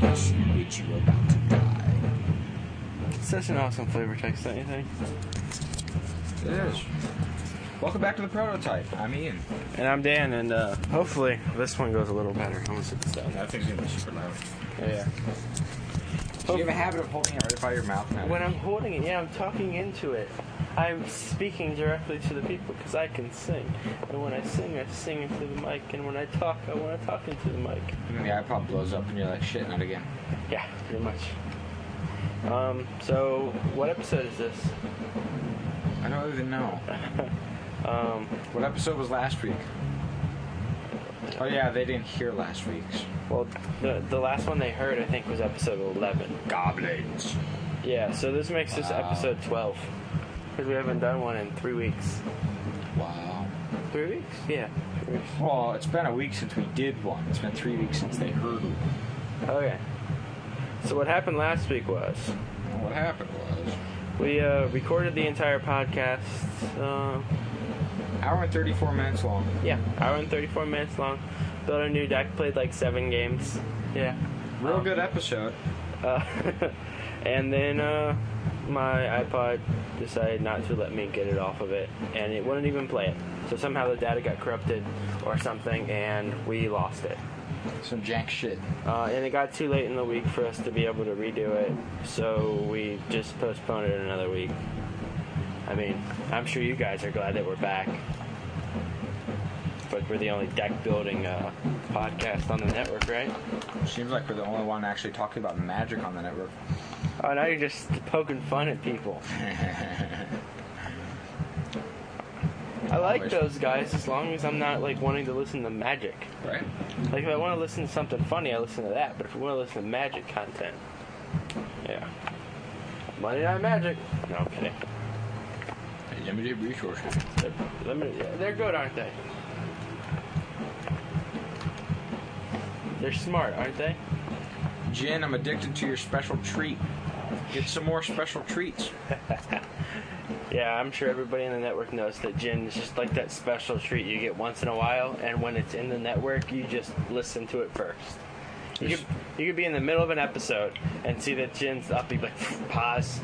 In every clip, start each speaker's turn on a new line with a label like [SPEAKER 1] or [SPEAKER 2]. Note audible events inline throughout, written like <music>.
[SPEAKER 1] person which you are about to die.
[SPEAKER 2] Such an awesome flavor text, don't you think?
[SPEAKER 1] It is. Welcome back to the prototype. I'm Ian.
[SPEAKER 2] And I'm Dan, and uh, hopefully this one goes a little better. I'm gonna sit this down.
[SPEAKER 3] That thing's gonna be super loud.
[SPEAKER 2] Yeah.
[SPEAKER 1] Do you have a habit of holding it right by your mouth now?
[SPEAKER 2] When I'm holding it, yeah, I'm talking into it. I'm speaking directly to the people because I can sing. And when I sing, I sing into the mic. And when I talk, I want to talk into the mic.
[SPEAKER 1] And then the iPod blows up and you're like, shit, not again.
[SPEAKER 2] Yeah, pretty much. Um, so, what episode is this?
[SPEAKER 1] I don't even <laughs> know.
[SPEAKER 2] Um,
[SPEAKER 1] What episode was last week? Oh, yeah, they didn't hear last week's.
[SPEAKER 2] well, the, the last one they heard, I think, was episode 11.
[SPEAKER 1] Goblins.
[SPEAKER 2] Yeah, so this makes this
[SPEAKER 1] Wow.
[SPEAKER 2] episode 12. Because we haven't done one in three weeks.
[SPEAKER 1] Wow.
[SPEAKER 2] Three weeks? Yeah. Three weeks.
[SPEAKER 1] Well, it's been a week since we did one. It's been three weeks since they heard one.
[SPEAKER 2] Okay. So, what happened last week was
[SPEAKER 1] Well, What happened was,
[SPEAKER 2] we uh, recorded the entire podcast. Uh,
[SPEAKER 1] hour and 34 minutes long.
[SPEAKER 2] yeah, hour and 34 minutes long. Built a new deck, played like seven games. Yeah.
[SPEAKER 1] Real
[SPEAKER 2] Um,
[SPEAKER 1] good episode.
[SPEAKER 2] Uh, <laughs> and then uh, my iPod decided not to let me get it off of it, and it wouldn't even play it. So somehow the data got corrupted or something, and we lost it.
[SPEAKER 1] Some jank shit.
[SPEAKER 2] Uh, and it got too late in the week for us to be able to redo it, so we just postponed it another week. I mean, I'm sure you guys are glad that we're back. But we're the only deck building uh, podcast on the network, right?
[SPEAKER 1] Seems like we're the only one actually talking about magic on the network.
[SPEAKER 2] Oh, now you're just poking fun at people. I like those guys as long as I'm not like wanting to listen to magic.
[SPEAKER 1] Right?
[SPEAKER 2] Like if I want to listen to something funny, I listen to that. But if I want to listen to magic content, yeah, Monday Night Magic. No, I'm kidding.
[SPEAKER 1] Limited resources.
[SPEAKER 2] They're, limited- yeah, they're good, aren't they? They're smart, aren't they?
[SPEAKER 1] Jen, I'm addicted to your special treat. Get some more special treats.
[SPEAKER 2] Yeah, I'm sure everybody in the network knows that gin is just like that special treat you get once in a while, and when it's in the network, you just listen to it first. You could, you could be in the middle of an episode and see that Jin's up, you'd be like, pause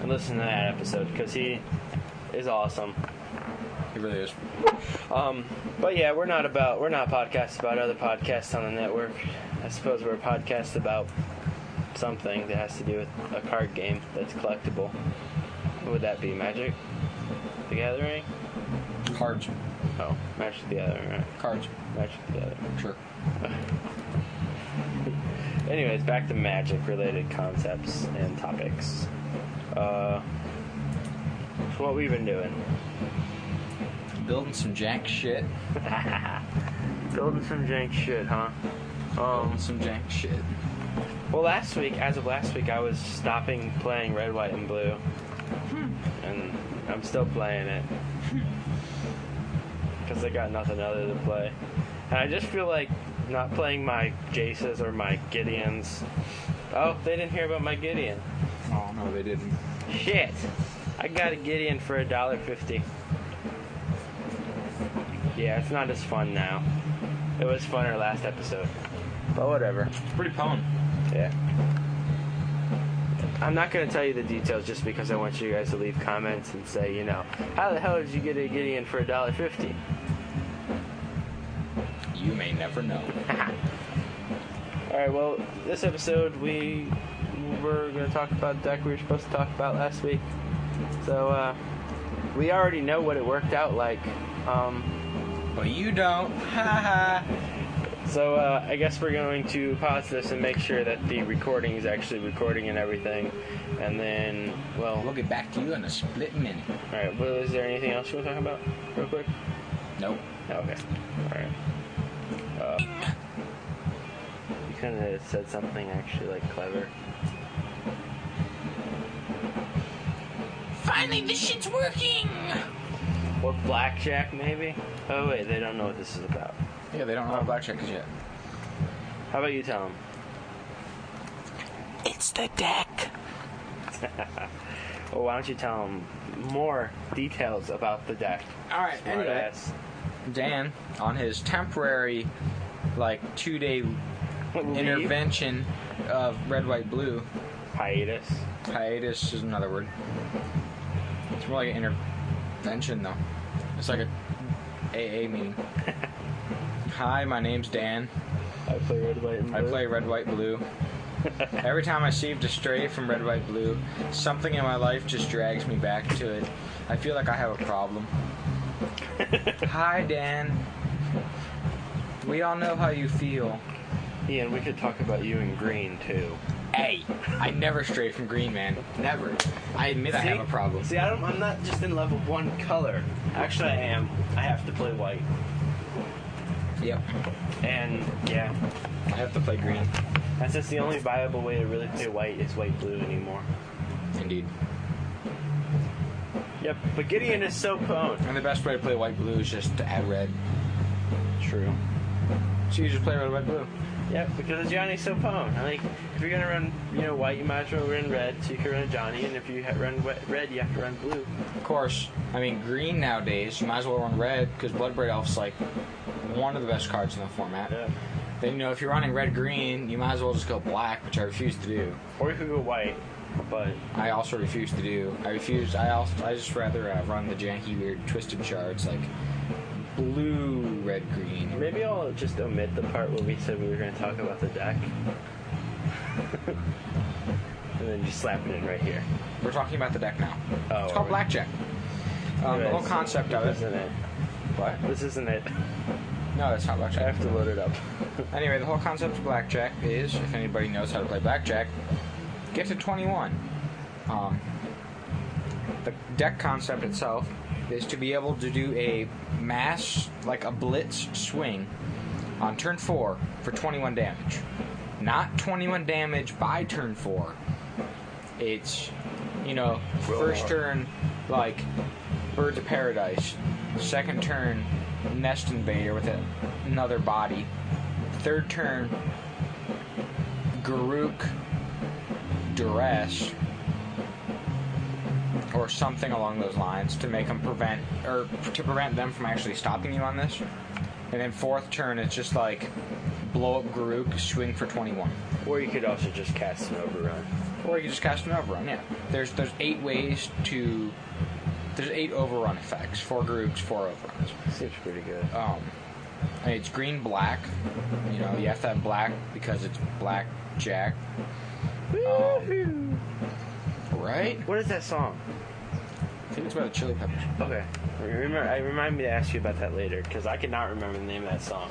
[SPEAKER 2] and listen to that episode because he is awesome.
[SPEAKER 1] It really is.
[SPEAKER 2] Um, but yeah, we're not about we're not podcasts about other podcasts on the network. I suppose we're a podcast about something that has to do with a card game that's collectible. What would that be? Magic, The Gathering.
[SPEAKER 1] Cards.
[SPEAKER 2] Oh, Magic the Gathering, right?
[SPEAKER 1] Cards.
[SPEAKER 2] Magic the Gathering.
[SPEAKER 1] Sure.
[SPEAKER 2] Anyways, back to magic related concepts and topics. Uh, so what we've been doing.
[SPEAKER 1] Building some jank shit.
[SPEAKER 2] Building some jank shit, huh? Um,
[SPEAKER 1] Building some jank shit.
[SPEAKER 2] well, last week, as of last week, I was stopping playing Red, White, and Blue. And I'm still playing <laughs> it. Because I got nothing other to play. And I just feel like not playing my Jaces or my Gideons. Oh, they didn't hear about my Gideon.
[SPEAKER 1] Oh no, they didn't.
[SPEAKER 2] Shit. I got a Gideon for a dollar fifty. Yeah, it's not as fun now. It was funner last episode. But whatever.
[SPEAKER 1] It's pretty pwn.
[SPEAKER 2] Yeah. I'm not gonna tell you the details just because I want you guys to leave comments and say, you know, how the hell did you get a Gideon for a dollar fifty?
[SPEAKER 1] You may never know.
[SPEAKER 2] Alright, well, this episode we were gonna talk about the deck we were supposed to talk about last week. So uh we already know what it worked out like. Um
[SPEAKER 1] But you don't. <laughs> Ha ha.
[SPEAKER 2] So uh, I guess we're going to pause this and make sure that the recording is actually recording and everything, and then well,
[SPEAKER 1] We'll
[SPEAKER 2] all
[SPEAKER 1] get back to you in a split minute.
[SPEAKER 2] right. Well, is there anything else you want to talk about, real quick?
[SPEAKER 1] Nope.
[SPEAKER 2] No, okay. All right. Uh, you kind of said something actually like clever.
[SPEAKER 4] Finally, this shit's working!
[SPEAKER 2] Or blackjack maybe? Oh wait, they don't know what this is about.
[SPEAKER 1] Yeah, they don't know what blackjack is yet.
[SPEAKER 2] How about you tell them?
[SPEAKER 4] It's the deck.
[SPEAKER 2] Well, why don't you tell them more details about the deck?
[SPEAKER 1] All right.
[SPEAKER 2] Smart
[SPEAKER 1] Anyway,
[SPEAKER 2] ass.
[SPEAKER 1] Dan on his temporary, like two day
[SPEAKER 2] Leave.
[SPEAKER 1] intervention of red, white, blue.
[SPEAKER 2] Hiatus.
[SPEAKER 1] Hiatus is another word. It's more like an intervention, though. It's like a AA meeting. Hi, my name's Dan.
[SPEAKER 2] I play red, white, and blue.
[SPEAKER 1] I play red, white,
[SPEAKER 2] <laughs>
[SPEAKER 1] blue. Every time I seem to stray from red, white, blue, something in my life just drags me back to it. I feel like I have a
[SPEAKER 2] <laughs>
[SPEAKER 1] problem. Hi, Dan. We all know how you feel.
[SPEAKER 2] Ian, we could talk about you in green too.
[SPEAKER 1] Hey, I never stray from green, man. Never. I admit I have a problem.
[SPEAKER 2] See, I don't, I'm not just in love with one color. Actually, I am. I have to play white.
[SPEAKER 1] Yep.
[SPEAKER 2] And yeah,
[SPEAKER 1] I have to play green.
[SPEAKER 2] that's just the only viable way to really play white is white blue anymore.
[SPEAKER 1] Indeed.
[SPEAKER 2] Yep, but Gideon is so pwned.
[SPEAKER 1] And the best way to play white blue is just to add red.
[SPEAKER 2] True.
[SPEAKER 1] So you just play red, white, blue.
[SPEAKER 2] Yep, because Johnny's so pwned. Like, if you're gonna run, you know, white, you might as well run red, so you can run Johnny, and if you ha- run wet- red, you have to run blue.
[SPEAKER 1] Of course, I mean, green nowadays, you might as well run red because Bloodbraid Elf's like one of the best cards in the format.
[SPEAKER 2] Yeah.
[SPEAKER 1] Then, you know, if you're running red green, you might as well just go black, which I refuse to do.
[SPEAKER 2] Or you could go white, but
[SPEAKER 1] I also refuse to do. I refuse. I also. I just rather uh, run the janky, weird, twisted shards like blue, red, green.
[SPEAKER 2] maybe I'll just omit the part where we said we were gonna talk about the deck. <laughs> and then just slap it in right here.
[SPEAKER 1] We're talking about the deck now.
[SPEAKER 2] Oh,
[SPEAKER 1] it's called
[SPEAKER 2] are we?
[SPEAKER 1] blackjack. Um, the
[SPEAKER 2] Right,
[SPEAKER 1] whole
[SPEAKER 2] so
[SPEAKER 1] concept
[SPEAKER 2] This
[SPEAKER 1] of it.
[SPEAKER 2] isn't it.
[SPEAKER 1] What?
[SPEAKER 2] This isn't it.
[SPEAKER 1] No, that's not
[SPEAKER 2] I
[SPEAKER 1] blackjack.
[SPEAKER 2] have to load it up.
[SPEAKER 1] Anyway, the whole concept of blackjack is if anybody knows how to play blackjack, get to 21. Um, the deck concept itself is to be able to do a mass, like a blitz swing on turn 4 for 21 damage. Not 21 damage by turn 4. It's, you know, first turn, like Birds of Paradise. Second turn, Nest Invader with a, another body. Third turn, Garuk Duress, or something along those lines, to make them prevent or to prevent them from actually stopping you on this. And then fourth turn, it's just like blow up Garuk, swing for 21,
[SPEAKER 2] Or you could also just cast an overrun.
[SPEAKER 1] or you just cast an overrun. Yeah, there's there's eight ways to there's eight overrun effects, four Garuks, four overruns.
[SPEAKER 2] Seems pretty good.
[SPEAKER 1] um, and it's green black. You know, you have to have black because it's black jack,
[SPEAKER 2] Woohoo!
[SPEAKER 1] Um, right?
[SPEAKER 2] What is that song?
[SPEAKER 1] I think it's about the Chili Peppers.
[SPEAKER 2] Okay. Remember, I remind me to ask you about that later because I cannot remember the name of that song.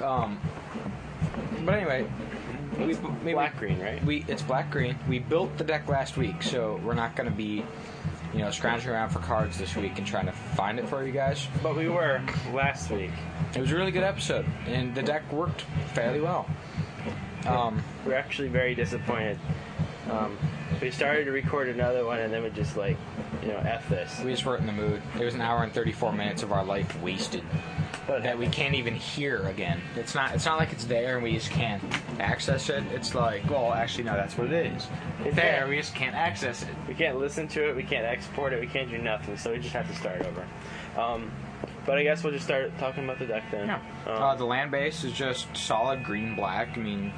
[SPEAKER 1] Um, but anyway, we, we-
[SPEAKER 2] Black Green, right?
[SPEAKER 1] We it's black green. We built the deck last week, so we're not going to be, you know, scrounging around for cards this week and trying to find it for you guys.
[SPEAKER 2] But we were last week.
[SPEAKER 1] It was a really good episode, and the deck worked fairly well. Um,
[SPEAKER 2] We're actually very disappointed. Um, we started to record another one and then we just like, you know, f this.
[SPEAKER 1] we just weren't in the mood. It was an hour and thirty-four minutes of our life wasted.
[SPEAKER 2] But
[SPEAKER 1] that we can't even hear again. It's not it's not like it's there and we just can't access it. It's like well actually no that's what it is. It's
[SPEAKER 2] It's
[SPEAKER 1] there,
[SPEAKER 2] there.
[SPEAKER 1] we just can't access it.
[SPEAKER 2] we can't listen to it. We can't export it. We can't do nothing. So we just have to start over. Um, but I guess we'll just start talking about the deck then. Um,
[SPEAKER 1] Uh, the land base is just solid green black. I mean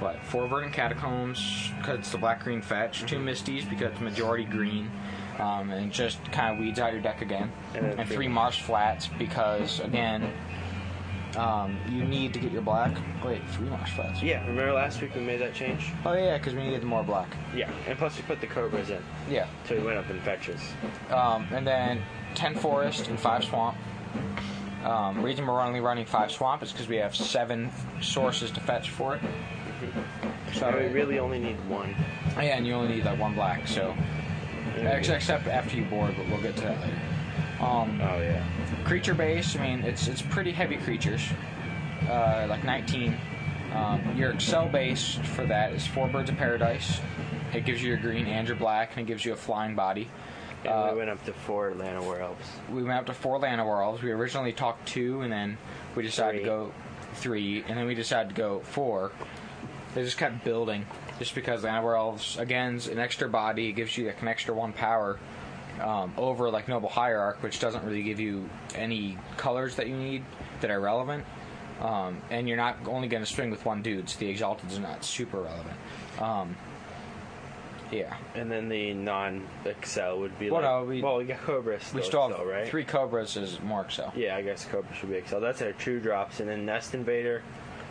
[SPEAKER 1] what, four verdant catacombs because it's the black green fetch, two misties because it's majority green. Um, and just kind of weeds out your deck again.
[SPEAKER 2] And then
[SPEAKER 1] and
[SPEAKER 2] three-
[SPEAKER 1] three marsh flats because again um, you need to get your black. Wait, three marsh flats.
[SPEAKER 2] yeah. Remember last week we made that change?
[SPEAKER 1] Oh yeah, because we needed more black.
[SPEAKER 2] Yeah. And plus we put the cobras in,
[SPEAKER 1] Yeah.
[SPEAKER 2] so we went up in fetches.
[SPEAKER 1] Um, and then 10 forest and 5 swamp. Um, reason we're only running 5 swamp is because we have 7 sources to fetch for it. So,
[SPEAKER 2] And we really only need one.
[SPEAKER 1] Oh, yeah, and you only need that one black, so. Ex- Except after you board, but we'll get to that later. Um,
[SPEAKER 2] Oh yeah.
[SPEAKER 1] creature base, I mean, it's, it's pretty heavy creatures, uh, like 19. Um, your Excel base for that is 4 Birds of Paradise. It gives you your green and your black, and it gives you a flying body.
[SPEAKER 2] And
[SPEAKER 1] Uh,
[SPEAKER 2] we went up to four Atlanta Worlds.
[SPEAKER 1] we went up to four Lana Worlds. We originally talked two, and then we decided
[SPEAKER 2] Three.
[SPEAKER 1] to go three, and then we decided to go four. They just kept building, just because Lana Worlds again is an extra body, it gives you like an extra one power um, over like Noble Hierarch, which doesn't really give you any colors that you need that are relevant. Um, and you're not only going to string with one dude, so the Exalted's not super relevant. Um, yeah.
[SPEAKER 2] And then the non Excel would be
[SPEAKER 1] Well,
[SPEAKER 2] like.
[SPEAKER 1] no, we-
[SPEAKER 2] well, we got Cobra still,
[SPEAKER 1] We still have
[SPEAKER 2] though, right?
[SPEAKER 1] three Cobras is more Excel.
[SPEAKER 2] Yeah, I guess Cobra should be Excel. That's our true drops, and then Nest Invader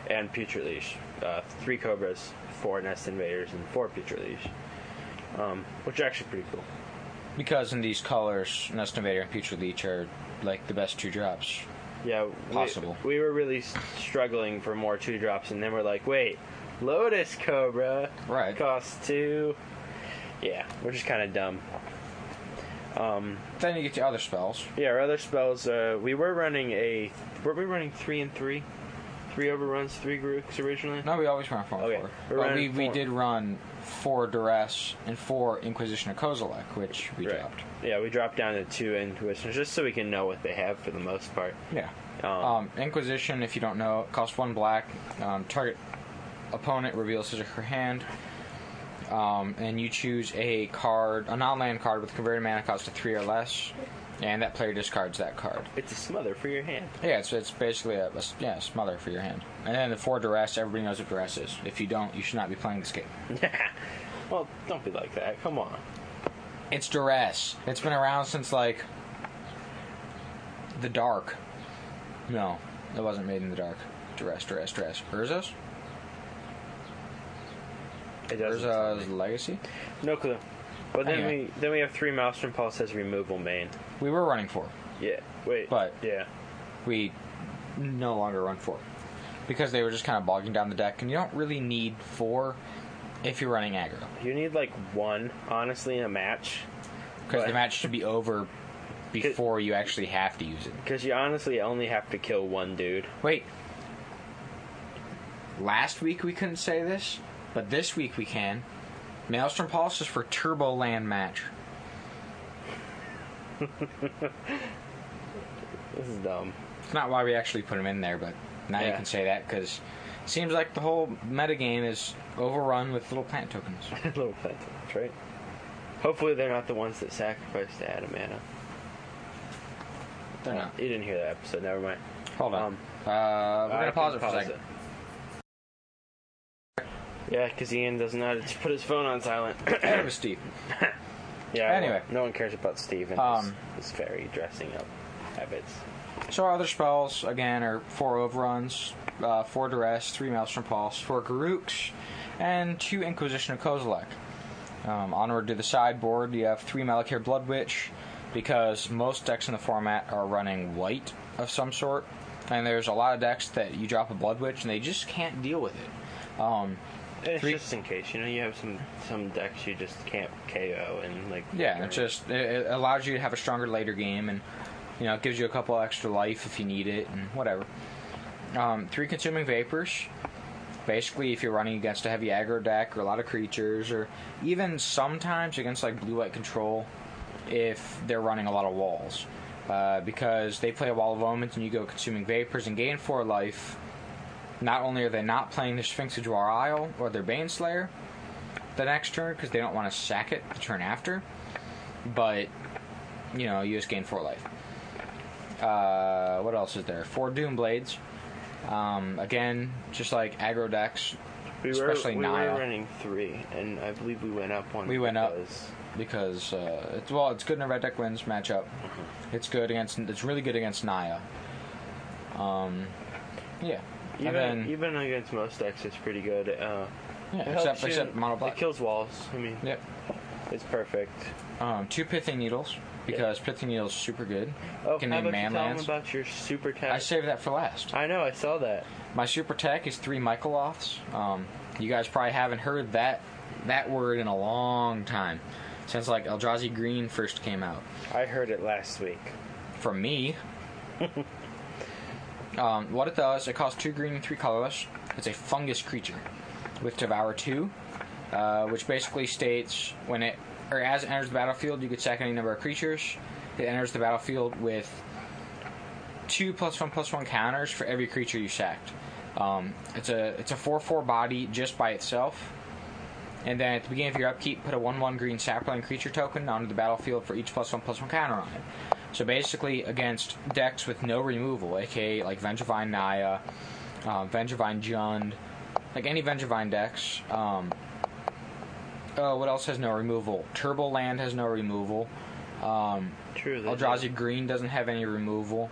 [SPEAKER 2] and Future Leash. Uh, three Cobras, four Nest Invaders, and four Future Leash. Um, which are actually pretty cool.
[SPEAKER 1] Because in these colors, Nest Invader and Future Leech are like the best two drops.
[SPEAKER 2] Yeah, we-
[SPEAKER 1] Possible.
[SPEAKER 2] We, were really s- struggling for more two drops, and then we're like, wait, Lotus Cobra
[SPEAKER 1] Right.
[SPEAKER 2] costs two. Yeah, we're just kind of dumb.
[SPEAKER 1] Then you get the other spells.
[SPEAKER 2] Yeah, our other spells. Uh, we were running a. Were we running three and three? Three overruns, three groups originally.
[SPEAKER 1] No, we always run four and
[SPEAKER 2] Okay.
[SPEAKER 1] four.
[SPEAKER 2] We're
[SPEAKER 1] But we,
[SPEAKER 2] running
[SPEAKER 1] we
[SPEAKER 2] four.
[SPEAKER 1] did run four Duress and four Inquisition of Kozilek, which we
[SPEAKER 2] Right.
[SPEAKER 1] dropped.
[SPEAKER 2] Yeah, we dropped down to two intuitions just so we can know what they have for the most part.
[SPEAKER 1] Yeah.
[SPEAKER 2] Um,
[SPEAKER 1] Um, Inquisition, if you don't know, costs one black. Um, target opponent reveals his or her hand. Um, and you choose a card, a non land card with converted mana cost of three or less. And that player discards that card.
[SPEAKER 2] It's a smother for your hand. <laughs>
[SPEAKER 1] Yeah, it's, it's basically a, a s- yeah, a smother for your hand. And then the four duress, everybody knows what duress is. If you don't, you should not be playing this game.
[SPEAKER 2] well, don't be like that. Come on.
[SPEAKER 1] It's duress. It's been around since, like, the dark. No, it wasn't made in the dark. Duress, duress, duress. Urza's?
[SPEAKER 2] It doesn't.
[SPEAKER 1] Urza's Legacy?
[SPEAKER 2] No clue. But then
[SPEAKER 1] Anyway.
[SPEAKER 2] we then we have three Maelstrom Pulse as removal main.
[SPEAKER 1] We were running four.
[SPEAKER 2] Yeah. Wait.
[SPEAKER 1] But-
[SPEAKER 2] yeah.
[SPEAKER 1] We no longer run four. Because they were just kind of bogging down the deck, and you don't really need four if you're running aggro.
[SPEAKER 2] You need like one, honestly, in a match,
[SPEAKER 1] Because the
[SPEAKER 2] Right.
[SPEAKER 1] match should be over before you actually have to use it.
[SPEAKER 2] because you honestly only have to kill one dude.
[SPEAKER 1] Wait. Last week we couldn't say this, but this week we can. Maelstrom Pulse is for Turbo Land match.
[SPEAKER 2] This is dumb. <laughs>
[SPEAKER 1] It's not why we actually put him in there, but now you
[SPEAKER 2] Yeah.
[SPEAKER 1] can say that because seems like the whole metagame is overrun with little plant tokens.
[SPEAKER 2] Little phantoms, right? Hopefully they're not the ones that sacrificed to Adamana.
[SPEAKER 1] They're not.
[SPEAKER 2] You didn't hear that episode. Never mind.
[SPEAKER 1] Hold on.
[SPEAKER 2] Um,
[SPEAKER 1] uh, we're
[SPEAKER 2] I
[SPEAKER 1] gonna
[SPEAKER 2] can
[SPEAKER 1] pause it for a second.
[SPEAKER 2] it. Yeah, because Ian does not put his phone on silent. <coughs>
[SPEAKER 1] <coughs> Ahead of Steve.
[SPEAKER 2] yeah.
[SPEAKER 1] Anyway.
[SPEAKER 2] well, no one cares about Steve and
[SPEAKER 1] Um,
[SPEAKER 2] his, his fairy dressing up habits.
[SPEAKER 1] So our other spells again are four overruns, uh, four duress, three maelstrom pulse, four garooks, and two Inquisition of Kozilek. Um, onward to the sideboard, you have three Malakir Blood Witch, because most decks in the format are running white of some sort, and there's a lot of decks that you drop a Blood Witch and they just can't deal with it. Um,
[SPEAKER 2] And Eh, It's
[SPEAKER 1] Three-
[SPEAKER 2] just in case, you know, you have some some decks you just can't KO and like.
[SPEAKER 1] Yeah, it just it, it allows you to have a stronger later game, and you know it gives you a couple extra life if you need it, and whatever. Um, three consuming vapors. Basically, if you're running against a heavy aggro deck or a lot of creatures, or even sometimes against like blue white control, if they're running a lot of walls, uh, because they play a wall of omens and you go consuming vapors and gain four life. Not only are they not playing their Sphinx of Dwar Isle or their Bane Slayer the next turn because they don't want to sack it the turn after, but you know, you just gain four life. Uh, what else is there? Four Doom Blades. Um, again, just like aggro decks,
[SPEAKER 2] we were,
[SPEAKER 1] especially
[SPEAKER 2] we
[SPEAKER 1] Naya.
[SPEAKER 2] were running three, and I believe we went up one.
[SPEAKER 1] We went up.
[SPEAKER 2] because-
[SPEAKER 1] because uh, it's well, it's good in a red deck wins matchup. It's good against. It's really good against Naya. Um, yeah.
[SPEAKER 2] Even
[SPEAKER 1] and then,
[SPEAKER 2] even against most decks, it's pretty good. Uh,
[SPEAKER 1] yeah,
[SPEAKER 2] it helps
[SPEAKER 1] except
[SPEAKER 2] you-
[SPEAKER 1] except mono
[SPEAKER 2] It
[SPEAKER 1] black.
[SPEAKER 2] kills walls. I mean,
[SPEAKER 1] Yep.
[SPEAKER 2] it's perfect.
[SPEAKER 1] Um, two pithy needles because pithy needles super good.
[SPEAKER 2] Oh,
[SPEAKER 1] Can
[SPEAKER 2] how about
[SPEAKER 1] name
[SPEAKER 2] you
[SPEAKER 1] man
[SPEAKER 2] tell
[SPEAKER 1] lands.
[SPEAKER 2] them about your super tech?
[SPEAKER 1] I saved that for last.
[SPEAKER 2] I know, I saw that.
[SPEAKER 1] My super tech is three Michaeloths. Um, you guys probably haven't heard that that word in a long time since like Eldrazi Green first came out.
[SPEAKER 2] I heard it last week.
[SPEAKER 1] From me, um, what it does, it costs two green and three colorless. It's a fungus creature with Devour two, uh, which basically states when it or as it enters the battlefield, you could sack any number of creatures. It enters the battlefield with two plus one plus one counters for every creature you sacked. Um, it's a it's a four four body just by itself. And then at the beginning of your upkeep, put a one one green sapling creature token onto the battlefield for each plus one plus one counter on it. So basically, against decks with no removal, aka like Vengevine Naya, uh, Vengervine Jund, like any Vengervine decks. Um, oh, what else has no removal? Turbo Land has no removal. Um,
[SPEAKER 2] True. they
[SPEAKER 1] Eldrazi Green doesn't have any removal.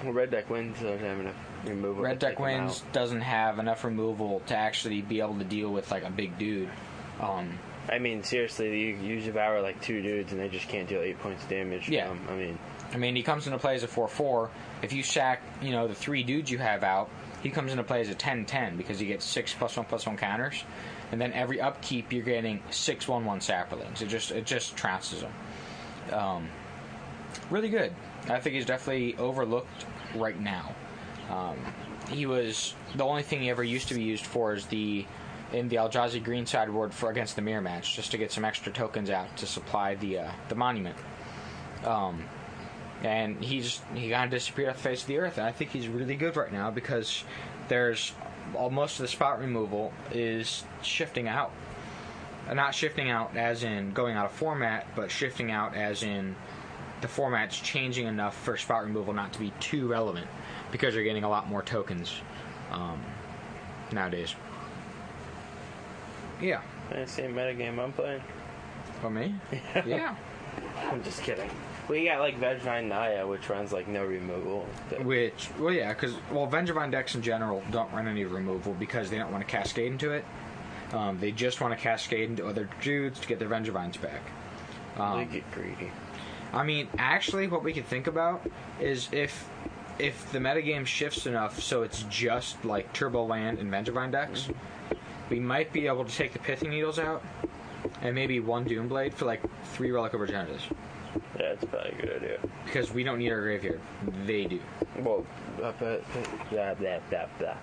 [SPEAKER 2] do. Well, red deck wins. So they have enough removal.
[SPEAKER 1] Red
[SPEAKER 2] to
[SPEAKER 1] deck
[SPEAKER 2] take 'em
[SPEAKER 1] wins doesn't have enough removal to actually be able to deal with like a big dude. Um,
[SPEAKER 2] out. I mean, seriously, you, you devour like two dudes and they just can't deal eight points of damage.
[SPEAKER 1] Yeah.
[SPEAKER 2] from 'em. I mean,
[SPEAKER 1] I mean, he comes into play as a 4 4. If you sack, you know, the three dudes you have out, he comes into play as a 10 10 because he gets 6 plus 1 plus 1 counters. And then every upkeep, you're getting 6 1 1 sapperlings. It just, it just trounces him. Um, really good. I think he's definitely overlooked right now. Um, he was the only thing he ever used to be used for is the in the Aljazi Green sideboard for against the mirror match, just to get some extra tokens out to supply the uh, the monument and he's he kind of disappeared off the face of the earth. And I think he's really good right now because there's all, most of the spot removal is shifting out, Uh, not shifting out as in going out of format, but shifting out as in the format's changing enough for spot removal not to be too relevant because you're getting a lot more tokens um, nowadays. Yeah,
[SPEAKER 2] that's the same metagame I'm playing.
[SPEAKER 1] for me, yeah.
[SPEAKER 2] I'm just kidding. We got like Vegvine Naya, which runs like no removal. But
[SPEAKER 1] Which, well, yeah, because well, Vengevine decks in general don't run any removal because they don't want to cascade into it. Um, they just want to cascade into other dudes to get their Vengevines back. Ah.
[SPEAKER 2] they get greedy.
[SPEAKER 1] I mean, actually, what we could think about is if if the metagame shifts enough so it's just like Turbo Land and Vengevine decks, we might be able to take the Pithing Needles out and maybe one Doomblade for like three Relic of Regenerators
[SPEAKER 2] Yeah, it's probably a good idea.
[SPEAKER 1] because we don't need our graveyard. They do.
[SPEAKER 2] Well, uh, but, blah, blah, blah, blah.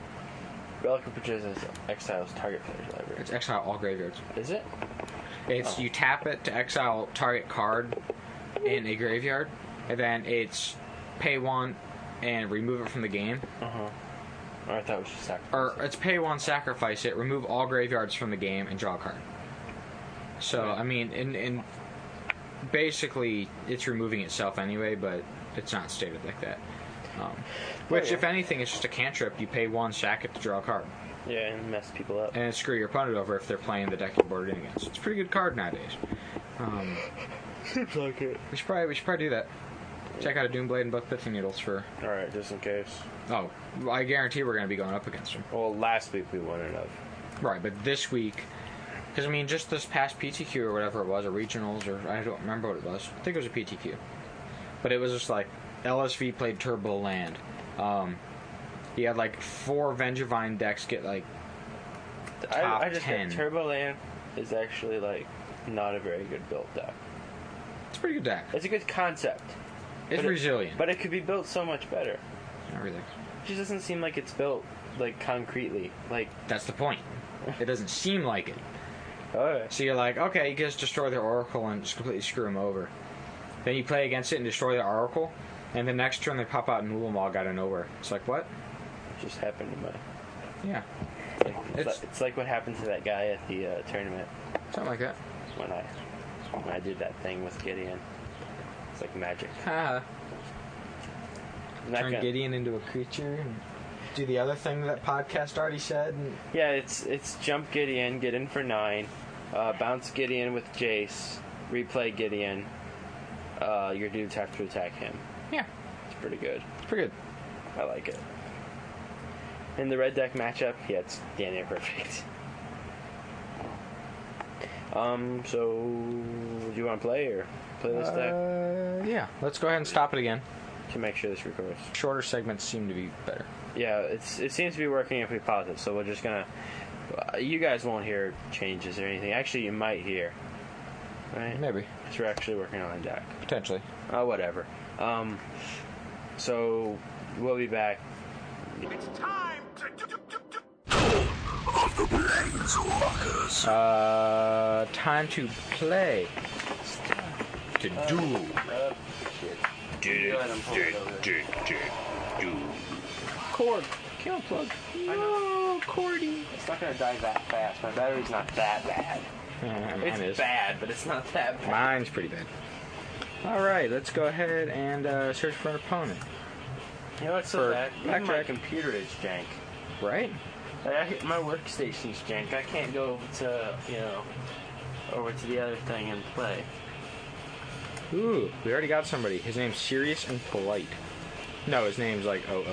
[SPEAKER 2] Relic of Patricia's exiles target player's library.
[SPEAKER 1] It's exile all graveyards.
[SPEAKER 2] Is it?
[SPEAKER 1] It's you tap it to exile target card in a graveyard, and then it's pay one and remove it from the game,
[SPEAKER 2] Or I thought it was just sacrifice.
[SPEAKER 1] or it's pay one, sacrifice it, remove all graveyards from the game, and draw a card. So I mean, and and basically it's removing itself anyway, but it's not stated like that. Um, which,
[SPEAKER 2] yeah.
[SPEAKER 1] if anything, is just a cantrip. You pay one, sack it to draw a card,
[SPEAKER 2] yeah, and mess people up.
[SPEAKER 1] and screw your opponent over if they're playing the deck you boarded in against. It's a pretty good card nowadays. Um,
[SPEAKER 2] Seems like it.
[SPEAKER 1] We should probably we should probably do that. Check out a Doomblade and both Pithing Needles for.
[SPEAKER 2] All right, just in case.
[SPEAKER 1] Oh, well, I guarantee we're going to be going up against them.
[SPEAKER 2] Well, last week we won enough.
[SPEAKER 1] Right, but this week, because I mean, just this past PTQ or whatever it was, or regionals, or I don't remember what it was. I think it was a PTQ, but it was just like LSV played Turbo Land. Um, he had like four Vengevine decks get like Top
[SPEAKER 2] I, I just
[SPEAKER 1] 10.
[SPEAKER 2] think Turbo Land is actually like not a very good built deck.
[SPEAKER 1] it's a pretty good deck.
[SPEAKER 2] It's a good concept,
[SPEAKER 1] It's
[SPEAKER 2] but it-
[SPEAKER 1] resilient.
[SPEAKER 2] but it could be built so much better.
[SPEAKER 1] everything.
[SPEAKER 2] It just doesn't seem like it's built like concretely. Like,
[SPEAKER 1] That's the point. It doesn't seem like it.
[SPEAKER 2] oh,
[SPEAKER 1] So you're like, okay, you just destroy their oracle and just completely screw them over. Then you play against it and destroy the oracle, and the next turn they pop out and Ulam all out of nowhere. It's like, what?
[SPEAKER 2] it just happened to my.
[SPEAKER 1] Yeah,
[SPEAKER 2] Like, it's,
[SPEAKER 1] It's-
[SPEAKER 2] like, it's like what happened to that guy at the uh, tournament
[SPEAKER 1] something like that.
[SPEAKER 2] when I when I did that thing with Gideon. It's like magic.
[SPEAKER 1] Ha!
[SPEAKER 2] I'm not
[SPEAKER 1] Turn
[SPEAKER 2] gonna-
[SPEAKER 1] Gideon into a creature and do the other thing that podcast already said. And
[SPEAKER 2] Yeah, it's it's jump Gideon, get in for nine, uh, bounce Gideon with Jace, replay Gideon. Uh, your dudes have to attack him.
[SPEAKER 1] yeah,
[SPEAKER 2] It's pretty good.
[SPEAKER 1] it's pretty good.
[SPEAKER 2] I like it. In the red deck matchup, yeah, it's damn near perfect. <laughs> Um, so do you want to play or play this deck
[SPEAKER 1] Uh, yeah, let's go ahead and stop it again.
[SPEAKER 2] to make sure this records?
[SPEAKER 1] Shorter segments seem to be better.
[SPEAKER 2] Yeah, it's it seems to be working if we pause it. So we're just gonna. uh, You guys won't hear changes or anything. Actually, you might hear. Right?
[SPEAKER 1] Maybe,
[SPEAKER 2] Because we're actually working on a deck.
[SPEAKER 1] potentially.
[SPEAKER 2] Oh, whatever. Um, so we'll be back.
[SPEAKER 3] It's time to, to, to, to
[SPEAKER 1] Uh, time to play. To duel.
[SPEAKER 2] Cord, kill plug. No, Cordy. It's not gonna die that fast. My battery's not that bad. It's bad, but it's not that bad.
[SPEAKER 1] Mine's pretty bad. All right, let's go ahead and uh, search for an opponent.
[SPEAKER 2] You know what's so
[SPEAKER 1] For
[SPEAKER 2] bad? Even my
[SPEAKER 1] backtrack.
[SPEAKER 2] computer is jank.
[SPEAKER 1] right?
[SPEAKER 2] Like, I, my workstation's jank. I can't go to you know over to the other thing and play.
[SPEAKER 1] Ooh, we already got somebody. His name's Serious and Polite. No, his name's like OO.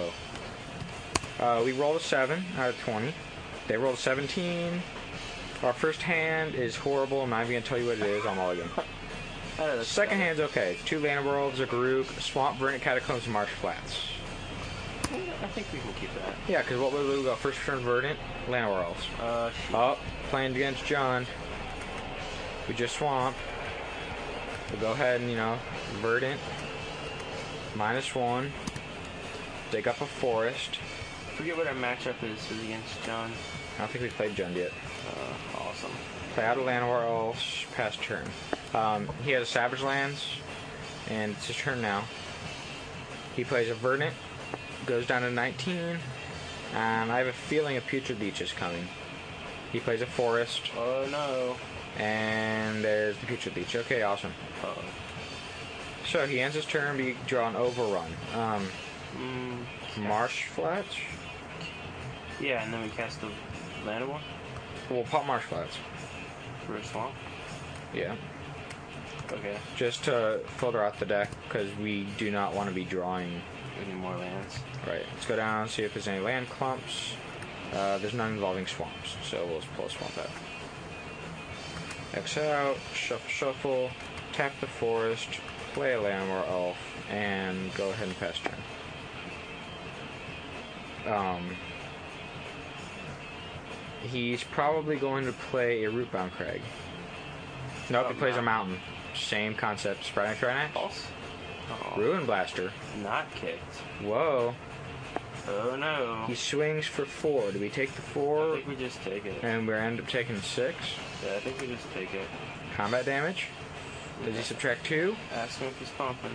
[SPEAKER 1] Uh, we rolled a 7 out of 20. They rolled a 17. Our first hand is horrible. I'm not even going to tell you what it is on Mulligan.
[SPEAKER 2] <laughs> I don't know,
[SPEAKER 1] Second hand's okay. Two Vanderworlds, a Garuk, Swamp Brent, Catacombs, and Marsh Flats.
[SPEAKER 2] I think we can keep that.
[SPEAKER 1] Yeah, because what would we go? First turn Verdant, Llanowar
[SPEAKER 2] Uh, sh-
[SPEAKER 1] Oh, playing against John. We just swamp. We'll go ahead and, you know, verdant. Minus one. Dig up a forest.
[SPEAKER 2] I forget what our matchup is, is against John.
[SPEAKER 1] I don't think we played Jund yet.
[SPEAKER 2] Uh, awesome.
[SPEAKER 1] Play out of land or else past turn. Um, he has Savage Lands, and it's his turn now. He plays a Verdant, goes down to 19, and I have a feeling a Putrid Beach is coming. He plays a Forest,
[SPEAKER 2] Oh no.
[SPEAKER 1] and there's the Putrid Beach. Okay, awesome.
[SPEAKER 2] Oh.
[SPEAKER 1] So he ends his turn. We draw an overrun. Um,
[SPEAKER 2] Mm,
[SPEAKER 1] marsh flats.
[SPEAKER 2] yeah, and then we cast the Llanowar
[SPEAKER 1] We'll pop marsh flats.
[SPEAKER 2] for a swamp.
[SPEAKER 1] Yeah.
[SPEAKER 2] Okay.
[SPEAKER 1] Just to filter out the deck because we do not want to be drawing.
[SPEAKER 2] We need more lands.
[SPEAKER 1] Right. Let's go down and see if there's any land clumps. Uh, there's none involving swamps, so we'll just pull a swamp out. X out, shuffle, shuffle, tap the forest, play a land or elf, and go ahead and pass turn. Um, he's probably going to play a rootbound crag. Nope,
[SPEAKER 2] Oh,
[SPEAKER 1] he plays a
[SPEAKER 2] mountain.
[SPEAKER 1] mountain. Same concept. Sprite next, right next.
[SPEAKER 2] False. Oh,
[SPEAKER 1] Ruin blaster.
[SPEAKER 2] not kicked.
[SPEAKER 1] Whoa.
[SPEAKER 2] Oh no.
[SPEAKER 1] He swings for four. Do we take the
[SPEAKER 2] I
[SPEAKER 1] four?
[SPEAKER 2] think we just take it.
[SPEAKER 1] And we end up taking six.
[SPEAKER 2] Yeah, I think we just take it.
[SPEAKER 1] Combat damage. Does he subtract two?
[SPEAKER 2] Ask him if he's pumping.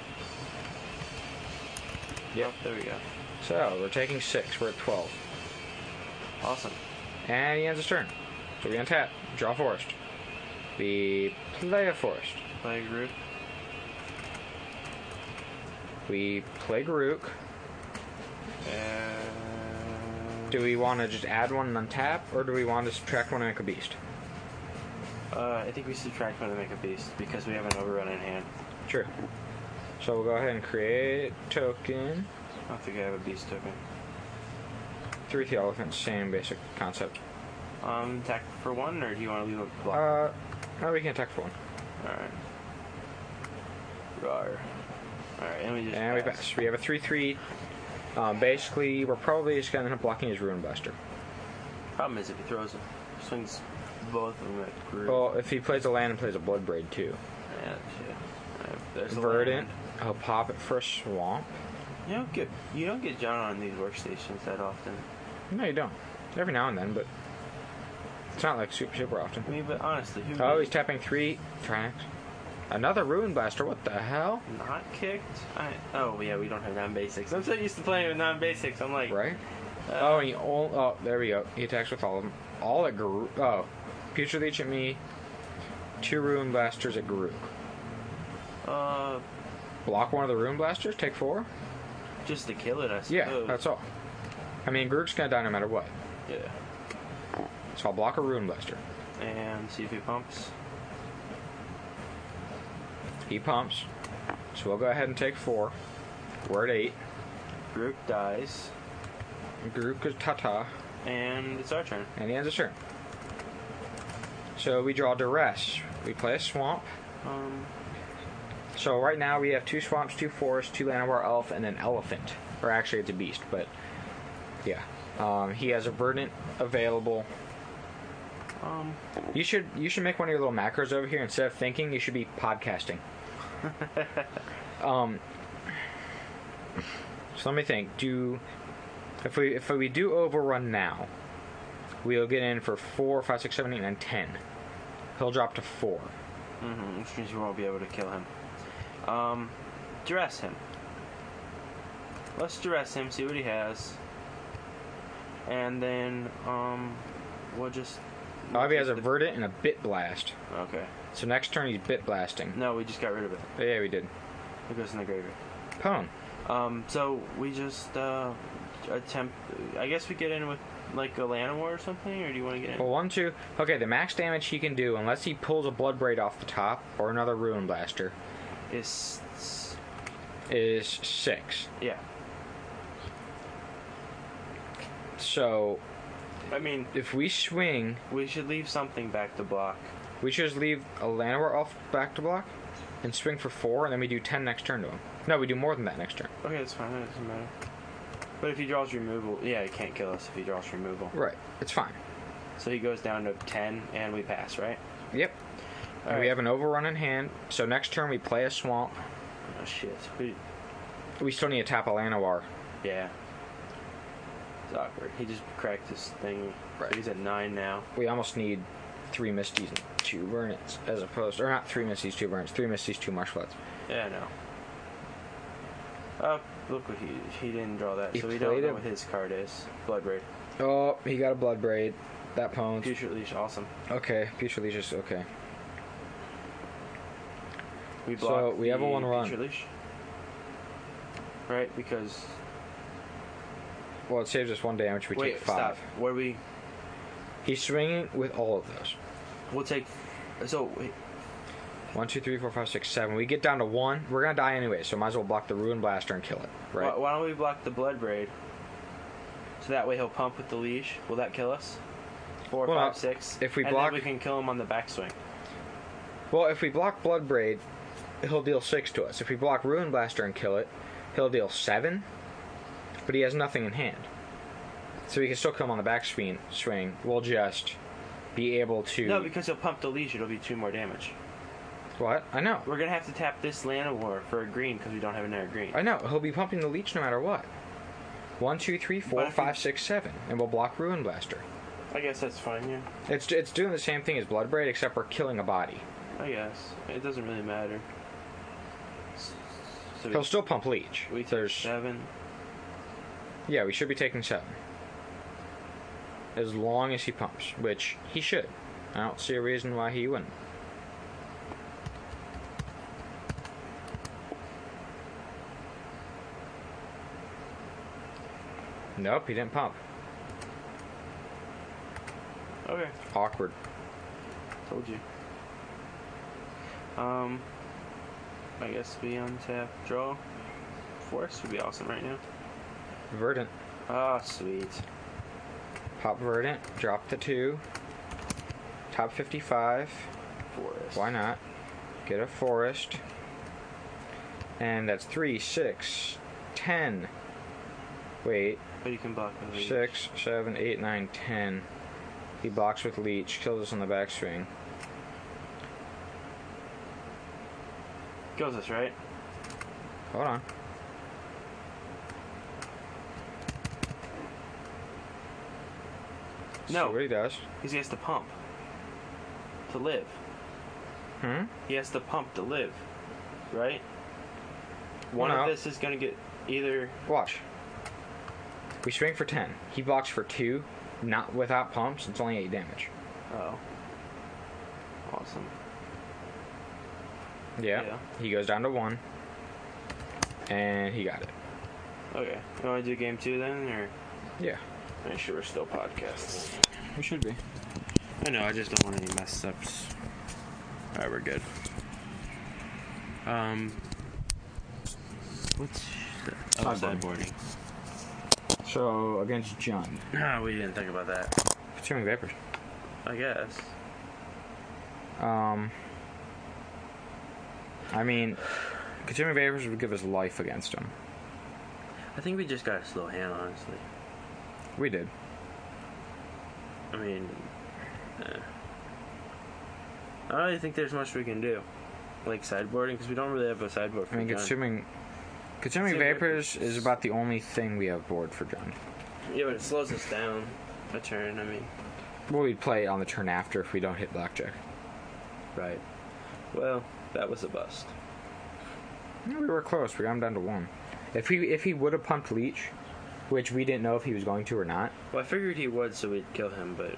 [SPEAKER 1] Yep.
[SPEAKER 2] Oh, there we go.
[SPEAKER 1] So we're taking six. We're at 12.
[SPEAKER 2] Awesome.
[SPEAKER 1] And he ends his turn. So we untap. Draw forest. We play a forest.
[SPEAKER 2] Play group.
[SPEAKER 1] We play Garuk.
[SPEAKER 2] And
[SPEAKER 1] Do we want to just add one and untap, or do we want to subtract one and make a beast?
[SPEAKER 2] uh, I think we subtract one to make a beast because we have an overrun in hand.
[SPEAKER 1] True. So we'll go ahead and create token.
[SPEAKER 2] I don't think I have a beast token.
[SPEAKER 1] Three the elephants, same basic concept.
[SPEAKER 2] Um, attack for one, or do you want to leave a block?
[SPEAKER 1] Uh, no, we can attack for one. Uh.
[SPEAKER 2] Alright. Rar. Alright, and we just.
[SPEAKER 1] And we pass. We have a 3 3. Um, basically, we're probably just going to end up blocking his Ruin Buster.
[SPEAKER 2] Problem is, if he throws it, swings both of them at group.
[SPEAKER 1] Well, if he plays a land and plays a Blood Braid too.
[SPEAKER 2] Yeah, shit. Alright, there's the
[SPEAKER 1] Verdant,
[SPEAKER 2] land.
[SPEAKER 1] he'll pop it for a Swamp.
[SPEAKER 2] You don't get you don't get John on these workstations that often.
[SPEAKER 1] No, you don't. Every now and then, but it's not like super, super often.
[SPEAKER 2] I mean, but honestly, who?
[SPEAKER 1] Oh,
[SPEAKER 2] really-
[SPEAKER 1] he's tapping 3. Trinax. Another Ruin Blaster, what the hell?
[SPEAKER 2] Not kicked? I, oh, yeah, we don't have non basics. I'm so used to playing with non basics. I'm like,
[SPEAKER 1] Right? oh, and he all, oh, there we go. He attacks with all of them. All at Garou. Oh, Future Leech at me. E, Two Ruin Blasters at Garou.
[SPEAKER 2] uh,
[SPEAKER 1] Block one of the Ruin Blasters, take four.
[SPEAKER 2] just to kill it, I suppose.
[SPEAKER 1] Yeah, that's all. I mean, Grook's gonna die no matter what.
[SPEAKER 2] Yeah.
[SPEAKER 1] So I'll block a Rune Blaster.
[SPEAKER 2] And see if he pumps.
[SPEAKER 1] He pumps. So we'll go ahead and take four. We're at eight.
[SPEAKER 2] Group dies.
[SPEAKER 1] Grook is Tata,
[SPEAKER 2] And it's our turn.
[SPEAKER 1] and he ends his turn. So we draw Duress. We play a Swamp.
[SPEAKER 2] Um,
[SPEAKER 1] So right now we have two Swamps, two Forests, two Llanowar Elf, and an Elephant. Or actually, it's a Beast, but yeah. Um, he has a Verdant available.
[SPEAKER 2] um,
[SPEAKER 1] You should you should make one of your little macros over here instead of thinking. You should be podcasting. um. So let me think. Do if we if we do overrun now, we'll get in for four, five, six, seven, eight, nine, ten. He'll drop to four.
[SPEAKER 2] mhm, which means we won't be able to kill him. Um, duress him. Let's duress him, see what he has. And then, um, we'll just.
[SPEAKER 1] Now if Oh, he has a verdant and a bit blast.
[SPEAKER 2] Okay.
[SPEAKER 1] So next turn he's bit blasting.
[SPEAKER 2] No, we just got rid of it.
[SPEAKER 1] Oh, yeah, we did.
[SPEAKER 2] It goes in the graveyard.
[SPEAKER 1] Pwn.
[SPEAKER 2] Um, so we just uh, attempt. I guess we get in with like Gallanamore or something, or do you want to get
[SPEAKER 1] Well, one, two. Okay, the max damage he can do, unless he pulls a Blood Braid off the top or another Ruin Blaster,
[SPEAKER 2] it? Is
[SPEAKER 1] is six.
[SPEAKER 2] yeah.
[SPEAKER 1] So
[SPEAKER 2] I mean,
[SPEAKER 1] if we swing,
[SPEAKER 2] we should leave something back to block.
[SPEAKER 1] we should just leave a Llanowar off back to block and swing for four, and then we do ten next turn to him. No, we do more than that next turn.
[SPEAKER 2] Okay, that's fine. That doesn't matter. But if he draws removal, yeah, he can't kill us if he draws removal.
[SPEAKER 1] Right. It's fine.
[SPEAKER 2] So he goes down to ten, and we pass, right?
[SPEAKER 1] Yep. And
[SPEAKER 2] Alright.
[SPEAKER 1] We have an overrun in hand, so next turn we play a swamp.
[SPEAKER 2] Oh shit. We,
[SPEAKER 1] We still need to tap a Llanowar.
[SPEAKER 2] yeah. It's awkward. He just cracked his thing.
[SPEAKER 1] Right.
[SPEAKER 2] He's at nine now.
[SPEAKER 1] We almost need three Misties and two Burnets, as opposed, or not three Misties, two Burnets, three Misties, two Marshflats.
[SPEAKER 2] Yeah, I know. Oh, look what he he didn't draw that,
[SPEAKER 1] He
[SPEAKER 2] so we don't
[SPEAKER 1] played
[SPEAKER 2] know
[SPEAKER 1] him.
[SPEAKER 2] what his card is. Blood Raid.
[SPEAKER 1] Oh, he got a Blood Braid. That pounds.
[SPEAKER 2] Future Leash, awesome.
[SPEAKER 1] Okay, Future Leash is okay.
[SPEAKER 2] We
[SPEAKER 1] So,
[SPEAKER 2] block.
[SPEAKER 1] we have a
[SPEAKER 2] the
[SPEAKER 1] one run.
[SPEAKER 2] Future Leash. Right, because
[SPEAKER 1] Well, it saves us one damage. We
[SPEAKER 2] wait,
[SPEAKER 1] take five.
[SPEAKER 2] stop. Where we
[SPEAKER 1] He's swinging with all of those.
[SPEAKER 2] we'll take. So wait,
[SPEAKER 1] One, two, three, four, five, six, seven. We get down to one. We're gonna die anyway, so might as well block the Ruin Blaster and kill it. Right?
[SPEAKER 2] why, why don't we block the Blood Raid? So that way he'll pump with the leash. Will that kill us? Four,
[SPEAKER 1] Well,
[SPEAKER 2] five,
[SPEAKER 1] uh,
[SPEAKER 2] six.
[SPEAKER 1] if we
[SPEAKER 2] and
[SPEAKER 1] block-
[SPEAKER 2] then we can kill him on the backswing.
[SPEAKER 1] Well, if we block Blood Braid, he'll deal six to us. If we block Ruin Blaster and kill it, he'll deal seven. But he has nothing in hand, so we can still come on the back swing. Swing. We'll just be able to.
[SPEAKER 2] No, because he'll pump the leash. It'll be two more damage.
[SPEAKER 1] what? I know.
[SPEAKER 2] We're gonna have to tap this Land of War for a green because we don't have another green.
[SPEAKER 1] I know. He'll be pumping the leech no matter what. One, two, three,
[SPEAKER 2] But
[SPEAKER 1] four,
[SPEAKER 2] if
[SPEAKER 1] five, six, seven, and we'll block Ruin Blaster.
[SPEAKER 2] I guess that's fine. Yeah.
[SPEAKER 1] It's it's doing the same thing as Blood Braid, except we're killing a body.
[SPEAKER 2] I guess it doesn't really matter. S- So
[SPEAKER 1] He'll still pump leech.
[SPEAKER 2] we, we take
[SPEAKER 1] There's
[SPEAKER 2] seven.
[SPEAKER 1] yeah, we should be taking seven. As long as he pumps, which he should. I don't see a reason why he wouldn't. Nope, he didn't pump.
[SPEAKER 2] Okay,
[SPEAKER 1] Awkward.
[SPEAKER 2] told you. Um, I guess we untap draw. Force would be awesome right now.
[SPEAKER 1] Verdant.
[SPEAKER 2] Ah, sweet.
[SPEAKER 1] Pop Verdant. Drop the two. Top 55.
[SPEAKER 2] Forest.
[SPEAKER 1] Why not? Get a forest. And that's 3, 6, 10. Wait,
[SPEAKER 2] But you can block with leash.
[SPEAKER 1] six, seven, eight, nine, ten. He blocks with leech, kills us on the backswing.
[SPEAKER 2] Kills us, right?
[SPEAKER 1] Hold on.
[SPEAKER 2] No.
[SPEAKER 1] See what he does.
[SPEAKER 2] Because he has to pump to live.
[SPEAKER 1] Hmm?
[SPEAKER 2] He has to pump to live, right? One
[SPEAKER 1] No.
[SPEAKER 2] of this is gonna get either.
[SPEAKER 1] Watch. We swing for 10. He blocks for 2, not without pumps. It's only 8 damage.
[SPEAKER 2] Oh. Awesome.
[SPEAKER 1] Yeah.
[SPEAKER 2] Yeah.
[SPEAKER 1] He goes down to 1. And he got it.
[SPEAKER 2] Okay. You want to do game two then, or
[SPEAKER 1] Yeah.
[SPEAKER 2] make sure we're still podcasting?
[SPEAKER 1] We should be.
[SPEAKER 2] I know. I just don't want any mess ups. All right, we're good. Um, what's oh,
[SPEAKER 1] Sideboarding.
[SPEAKER 2] sideboarding?
[SPEAKER 1] So, against John.
[SPEAKER 2] No, we didn't think about that.
[SPEAKER 1] Consuming vapors.
[SPEAKER 2] I guess.
[SPEAKER 1] Um, I mean, consuming vapors would give us life against him.
[SPEAKER 2] I think we just got a slow hand, honestly.
[SPEAKER 1] We did.
[SPEAKER 2] I mean, eh. I don't really think there's much we can do, like sideboarding, because we don't really have a sideboard. For
[SPEAKER 1] I mean,
[SPEAKER 2] John.
[SPEAKER 1] consuming consuming
[SPEAKER 2] Consuming
[SPEAKER 1] vapors
[SPEAKER 2] vapors.
[SPEAKER 1] is about the only thing we have board for John.
[SPEAKER 2] Yeah, but it slows us down a turn. I mean,
[SPEAKER 1] Well, we'd play on the turn after if we don't hit blackjack.
[SPEAKER 2] right. Well, that was a bust.
[SPEAKER 1] No, we were close. We got him down to one. If he if he would have pumped leech, which we didn't know if he was going to or not,
[SPEAKER 2] Well, I figured he would, so we'd kill him, but.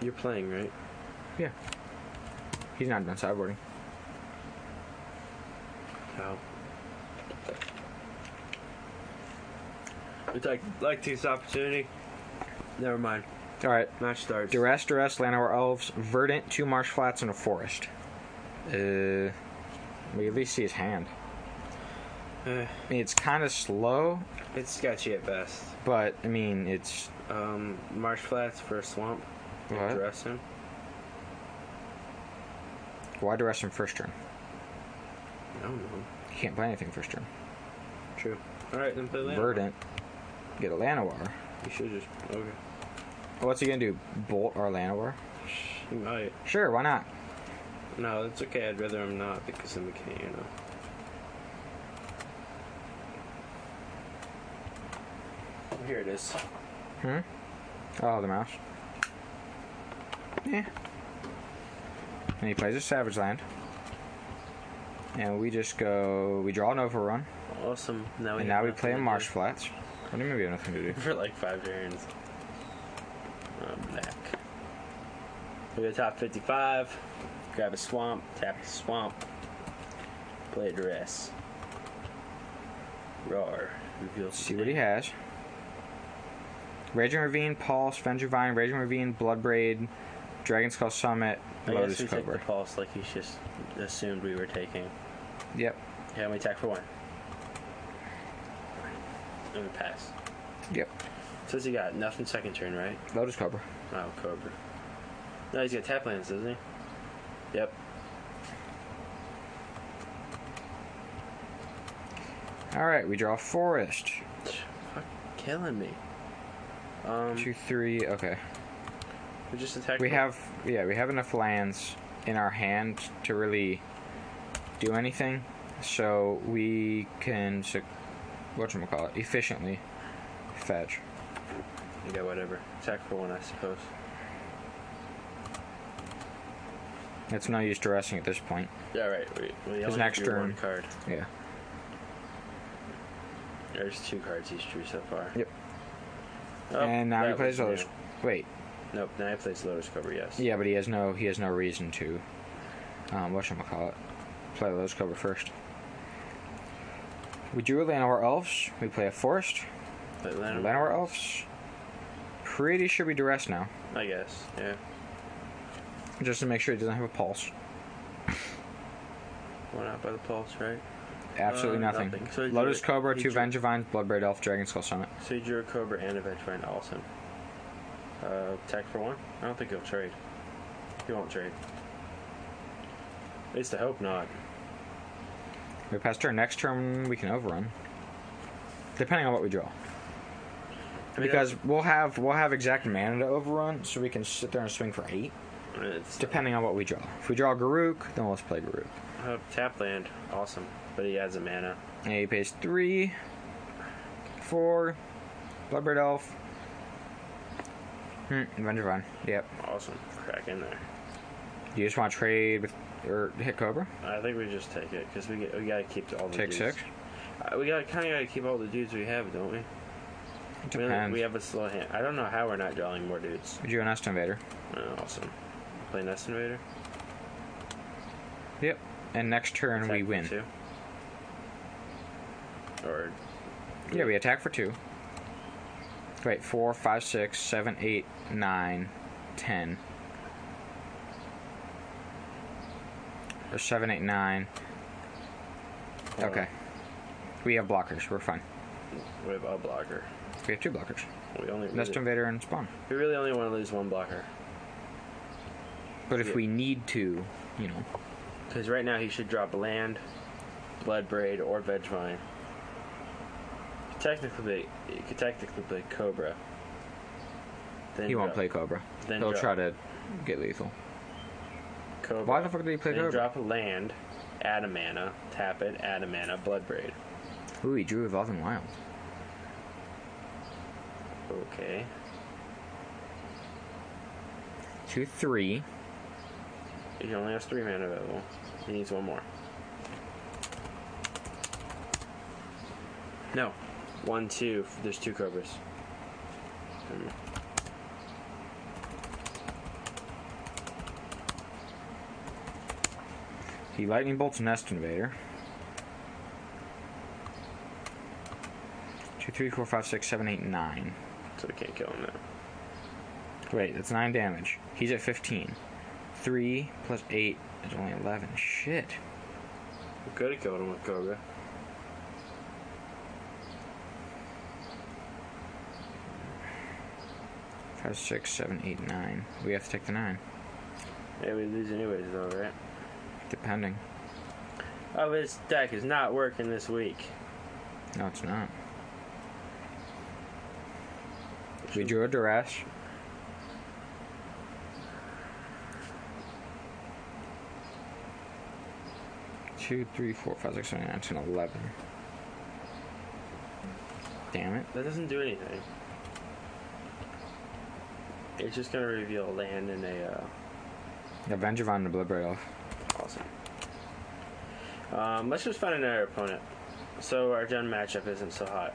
[SPEAKER 2] You're playing, right?
[SPEAKER 1] yeah, he's not done sideboarding.
[SPEAKER 2] No. It's like like this opportunity. Never mind.
[SPEAKER 1] All right.
[SPEAKER 2] Match starts.
[SPEAKER 1] Duress, Duress, Llanowar Elves, Verdant, two marsh flats, and a forest. Uh, we at least see his hand.
[SPEAKER 2] Eh,
[SPEAKER 1] I mean, it's kind of slow,
[SPEAKER 2] it's sketchy at best.
[SPEAKER 1] but I mean, it's
[SPEAKER 2] Um, marsh flats for a swamp.
[SPEAKER 1] What?
[SPEAKER 2] Dressing.
[SPEAKER 1] why Duress in first turn?
[SPEAKER 2] I don't know.
[SPEAKER 1] You can't play anything first turn.
[SPEAKER 2] True. All right, then play land.
[SPEAKER 1] Verdant, get a Llanowar.
[SPEAKER 2] You should just okay.
[SPEAKER 1] What's he gonna do? Bolt or Llanowar?
[SPEAKER 2] You might.
[SPEAKER 1] Sure, why not?
[SPEAKER 2] No, it's okay. I'd rather I'm not because then we can't. You know. Here it is.
[SPEAKER 1] Hmm. Oh, the mouse. Yeah. And he plays a Savage Land. And we just go. We draw an overrun.
[SPEAKER 2] Awesome. Now we
[SPEAKER 1] And
[SPEAKER 2] have
[SPEAKER 1] now we
[SPEAKER 2] nothing
[SPEAKER 1] play
[SPEAKER 2] to
[SPEAKER 1] in
[SPEAKER 2] do.
[SPEAKER 1] Marsh Flats. What do you mean we have nothing to do?
[SPEAKER 2] <laughs> for like five turns. Uh, black. We go top 55. Grab a swamp. Tap the swamp. Play a dress. Roar. Reveal
[SPEAKER 1] See what he has. Raging Ravine, Pulse, Venger Vine, Raging Ravine, Bloodbraid, Dragon Skull Summit,
[SPEAKER 2] I guess
[SPEAKER 1] Lotus
[SPEAKER 2] we take the
[SPEAKER 1] Cobra.
[SPEAKER 2] pulse like he's just assumed we were taking.
[SPEAKER 1] Yep.
[SPEAKER 2] Yeah, we attack for one. And we pass.
[SPEAKER 1] Yep.
[SPEAKER 2] So what's he got? Nothing second turn, right?
[SPEAKER 1] Lotus Cobra.
[SPEAKER 2] Oh, Cobra. No, he's got tap lands, doesn't he? Yep.
[SPEAKER 1] Alright, we draw Forest.
[SPEAKER 2] Fuck, killing me. Um,
[SPEAKER 1] Two, three, okay.
[SPEAKER 2] we just attacked.
[SPEAKER 1] We have, yeah, we have enough lands in our hand to really do anything. So we can, sec- whatchamacallit, efficiently fetch.
[SPEAKER 2] Yeah, whatever. Attack for one, I suppose.
[SPEAKER 1] It's no use dressing at this point.
[SPEAKER 2] Yeah, right. We, we only
[SPEAKER 1] His
[SPEAKER 2] have
[SPEAKER 1] next
[SPEAKER 2] to do one
[SPEAKER 1] turn.
[SPEAKER 2] card.
[SPEAKER 1] Yeah.
[SPEAKER 2] There's two cards he's drew so far.
[SPEAKER 1] Yep.
[SPEAKER 2] Oh,
[SPEAKER 1] and now he
[SPEAKER 2] that
[SPEAKER 1] plays
[SPEAKER 2] was
[SPEAKER 1] Lotus.
[SPEAKER 2] new.
[SPEAKER 1] Wait,
[SPEAKER 2] Nope. Now he plays Lotus Cobra. Yes.
[SPEAKER 1] Yeah, but he has no he has no reason to. Um, what call it? Play those cover first. We drew a Llanowar Elves. We play a Forest.
[SPEAKER 2] But then,
[SPEAKER 1] Llanowar Elves. Pretty sure we duress now,
[SPEAKER 2] I guess. Yeah.
[SPEAKER 1] just to make sure he doesn't have a pulse.
[SPEAKER 2] One out by the pulse, right?
[SPEAKER 1] Absolutely
[SPEAKER 2] Uh,
[SPEAKER 1] nothing.
[SPEAKER 2] nothing. So he drew
[SPEAKER 1] Lotus
[SPEAKER 2] it.
[SPEAKER 1] Cobra,
[SPEAKER 2] He
[SPEAKER 1] two
[SPEAKER 2] drew-
[SPEAKER 1] Vengevines, Bloodbraid Elf, Dragon Skull Summit.
[SPEAKER 2] So he drew a Cobra and a Vengevine also. Uh, attack for one. I don't think he'll trade. He won't trade. At least I hope not.
[SPEAKER 1] We pass turn. Next turn we can overrun, depending on what we draw.
[SPEAKER 2] I mean,
[SPEAKER 1] because we'll have we'll have exact mana to overrun, so we can sit there and swing for eight.
[SPEAKER 2] It's
[SPEAKER 1] Depending on what we draw. If we draw Garuk, then let's play Garuk.
[SPEAKER 2] Uh, tap land, awesome. But he has a mana.
[SPEAKER 1] And he pays three, four, Bloodbird Elf. Hmm, Vengervine. Yep.
[SPEAKER 2] Awesome. Crack in there.
[SPEAKER 1] Do you just want to trade with or hit Cobra?
[SPEAKER 2] I think we just take it because we get, we gotta keep all the
[SPEAKER 1] Take
[SPEAKER 2] dudes.
[SPEAKER 1] six?
[SPEAKER 2] Uh, we gotta kind of gotta keep all the dudes we have, don't we?
[SPEAKER 1] It
[SPEAKER 2] We, only-
[SPEAKER 1] depends.
[SPEAKER 2] we have a slow hand. I don't know how we're not drawing more dudes.
[SPEAKER 1] We drew an Nest Invader.
[SPEAKER 2] Uh, awesome. Play Nest Invader.
[SPEAKER 1] Yep. And next turn
[SPEAKER 2] Attack
[SPEAKER 1] we
[SPEAKER 2] for
[SPEAKER 1] win.
[SPEAKER 2] Two. Or
[SPEAKER 1] Yeah, we attack for two. Wait, four, five, six, seven, eight, nine, ten. Or seven, eight, nine.
[SPEAKER 2] uh,
[SPEAKER 1] Okay. We have blockers. We're fine.
[SPEAKER 2] we have a blocker.
[SPEAKER 1] We have two blockers.
[SPEAKER 2] We only
[SPEAKER 1] Nest
[SPEAKER 2] really,
[SPEAKER 1] Invader and Spawn.
[SPEAKER 2] we really only want to lose one blocker
[SPEAKER 1] But if
[SPEAKER 2] Yeah.
[SPEAKER 1] we need to, you know.
[SPEAKER 2] because right now he should drop land, blood braid, or vegvine. Technically, he could technically play Cobra. Then
[SPEAKER 1] He won't
[SPEAKER 2] drop
[SPEAKER 1] play Cobra.
[SPEAKER 2] Then
[SPEAKER 1] He'll
[SPEAKER 2] drop.
[SPEAKER 1] try to get lethal.
[SPEAKER 2] Cobra.
[SPEAKER 1] Why the fuck did he play
[SPEAKER 2] Then
[SPEAKER 1] Cobra?
[SPEAKER 2] drop a land, add a mana, tap it, add a mana, blood braid.
[SPEAKER 1] Ooh, he drew Evolving Wild.
[SPEAKER 2] Okay.
[SPEAKER 1] Two, three.
[SPEAKER 2] He only has three mana available. He needs one more. No. One, two. There's two cobras. Um,
[SPEAKER 1] He lightning bolts Nest Invader. Two, two, three, four, five, six, seven, eight, nine.
[SPEAKER 2] So we can't kill him now.
[SPEAKER 1] Wait, that's nine damage. He's at fifteen. Three plus eight is only eleven. Shit.
[SPEAKER 2] We could have killed him with Cobra.
[SPEAKER 1] Five, six, seven, eight, nine. We have to take the nine.
[SPEAKER 2] Yeah, we lose anyways, though, right?
[SPEAKER 1] Depending.
[SPEAKER 2] Oh, his deck is not working this week.
[SPEAKER 1] No, it's not. We drew a duress. Two, three, four, five, six, seven, eight, nine, ten, eleven. Damn it.
[SPEAKER 2] That doesn't do anything. It's just gonna reveal a land and a
[SPEAKER 1] Avenger von Obliterator.
[SPEAKER 2] uh, awesome. Um, let's just find another opponent, so our gen matchup isn't so hot.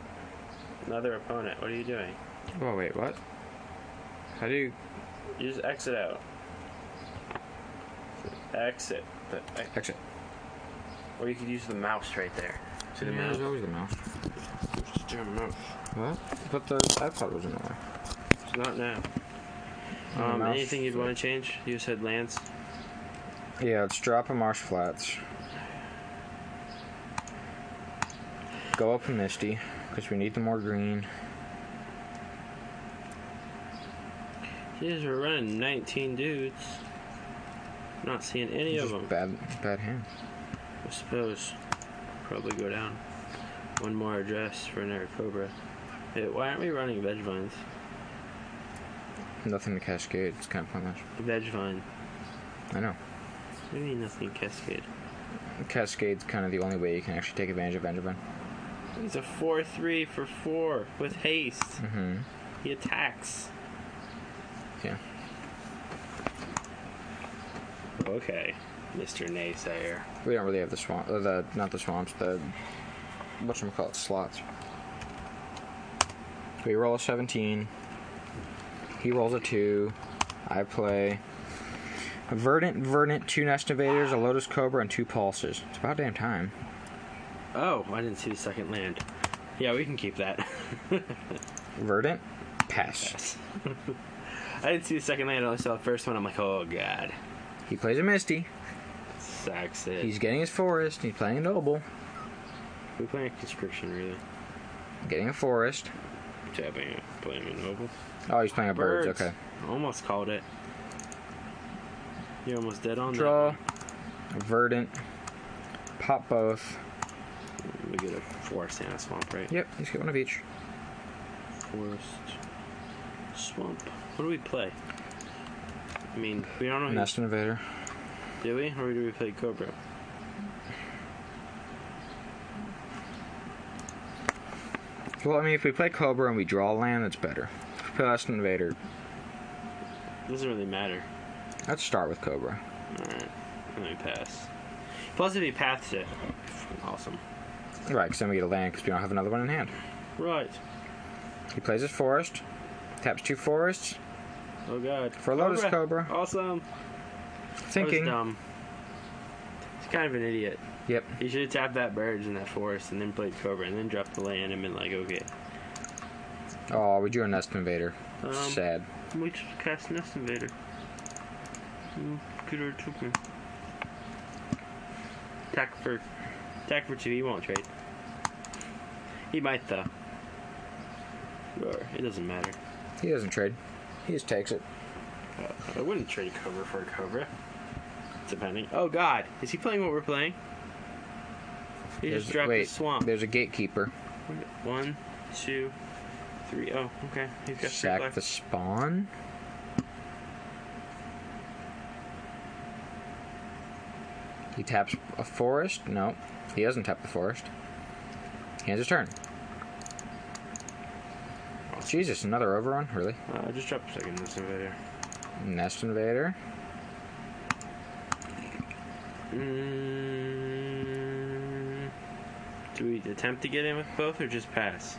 [SPEAKER 2] Another opponent. What are you doing?
[SPEAKER 1] Oh, wait, what? How do you.
[SPEAKER 2] You just exit out. Exit. The ex-
[SPEAKER 1] Exit.
[SPEAKER 2] Or you could use the mouse right there. See the
[SPEAKER 1] Yeah,
[SPEAKER 2] mouse?
[SPEAKER 1] there's always the mouse.
[SPEAKER 2] Just do a mouse.
[SPEAKER 1] What? But the iPod was in the way.
[SPEAKER 2] It's not now.
[SPEAKER 1] The
[SPEAKER 2] Um,
[SPEAKER 1] mouse-
[SPEAKER 2] anything you'd want to change? You said lands.
[SPEAKER 1] Yeah, it's drop a marsh flats. Go up a misty because we need the more green.
[SPEAKER 2] Jeez, we're running 19 dudes. Not seeing any of
[SPEAKER 1] Just
[SPEAKER 2] them.
[SPEAKER 1] bad, bad hand.
[SPEAKER 2] I suppose. Probably go down. One more address for another Cobra. Hey, why aren't we running veg vines?
[SPEAKER 1] Nothing to cascade. It's kind of pointless.
[SPEAKER 2] Veg vine.
[SPEAKER 1] I know.
[SPEAKER 2] What do you mean nothing cascade?
[SPEAKER 1] Cascade's kind of the only way you can actually take advantage of Benjamin.
[SPEAKER 2] He's a 4 3 for 4 with haste.
[SPEAKER 1] Mm-hmm.
[SPEAKER 2] He attacks.
[SPEAKER 1] Yeah.
[SPEAKER 2] Okay, Mr. Naysayer.
[SPEAKER 1] We don't really have the swamp. Uh, the not the swamps. The what's call it slots. We roll a seventeen. He rolls a two. I play a verdant, verdant, two nest invaders, a lotus cobra, and two pulses. It's about damn time.
[SPEAKER 2] Oh, I didn't see the second land. Yeah, we can keep that. <laughs>
[SPEAKER 1] Verdant, pass.
[SPEAKER 2] I didn't see the second land. I only saw the first one. I'm like, oh god,
[SPEAKER 1] He plays a misty.
[SPEAKER 2] sucks it.
[SPEAKER 1] He's getting his forest. He's playing a noble,
[SPEAKER 2] we playing conscription really.
[SPEAKER 1] getting a forest.
[SPEAKER 2] Tapping, it, playing a noble.
[SPEAKER 1] Oh, he's playing a birds. Okay.
[SPEAKER 2] Almost called it. You're almost dead on that
[SPEAKER 1] Draw.
[SPEAKER 2] one.
[SPEAKER 1] Verdant. Pop both.
[SPEAKER 2] We get a forest and a swamp, right?
[SPEAKER 1] Yep, he's got one of each.
[SPEAKER 2] Forest, swamp. What do we play? I mean, we don't know. who-
[SPEAKER 1] Nest invader.
[SPEAKER 2] Do we, or do we play Cobra?
[SPEAKER 1] Well, I mean, if we play Cobra and we draw land, that's better. If we play Last Invader,
[SPEAKER 2] Doesn't really matter.
[SPEAKER 1] let's start with Cobra.
[SPEAKER 2] Alright, let me pass. Plus, if he passed it, awesome.
[SPEAKER 1] Right, because then we get a land because we don't have another one in hand.
[SPEAKER 2] Right.
[SPEAKER 1] He plays his forest, taps two forests,
[SPEAKER 2] Oh god.
[SPEAKER 1] For Lotus Cobra.
[SPEAKER 2] Awesome. That was
[SPEAKER 1] thinking.
[SPEAKER 2] dumb. He's kind of an idiot.
[SPEAKER 1] Yep,
[SPEAKER 2] He should have tapped that birds in that forest and then played Cobra and then dropped the land and been like, okay.
[SPEAKER 1] Oh, we drew a Nest Invader.
[SPEAKER 2] Um,
[SPEAKER 1] Sad.
[SPEAKER 2] We just cast Nest Invader. Mm, Good or took me. Attack for. Attack for two, he won't trade. He might though. Or, it doesn't matter.
[SPEAKER 1] He doesn't trade. He just takes it.
[SPEAKER 2] I wouldn't trade Cobra for a Cobra. Depending. Oh God, is he playing what we're playing? He
[SPEAKER 1] There's-
[SPEAKER 2] just dropped
[SPEAKER 1] wait,
[SPEAKER 2] his swamp.
[SPEAKER 1] There's a gatekeeper.
[SPEAKER 2] One, two, three. Oh, okay. He's got three
[SPEAKER 1] Sack
[SPEAKER 2] left.
[SPEAKER 1] the spawn. He taps a forest. No, he doesn't tap the forest. He has his turn. Jesus, another overrun? Really?
[SPEAKER 2] Uh, I just dropped a second this invader.
[SPEAKER 1] Nest invader.
[SPEAKER 2] Mm, do we attempt to get in with both or just pass?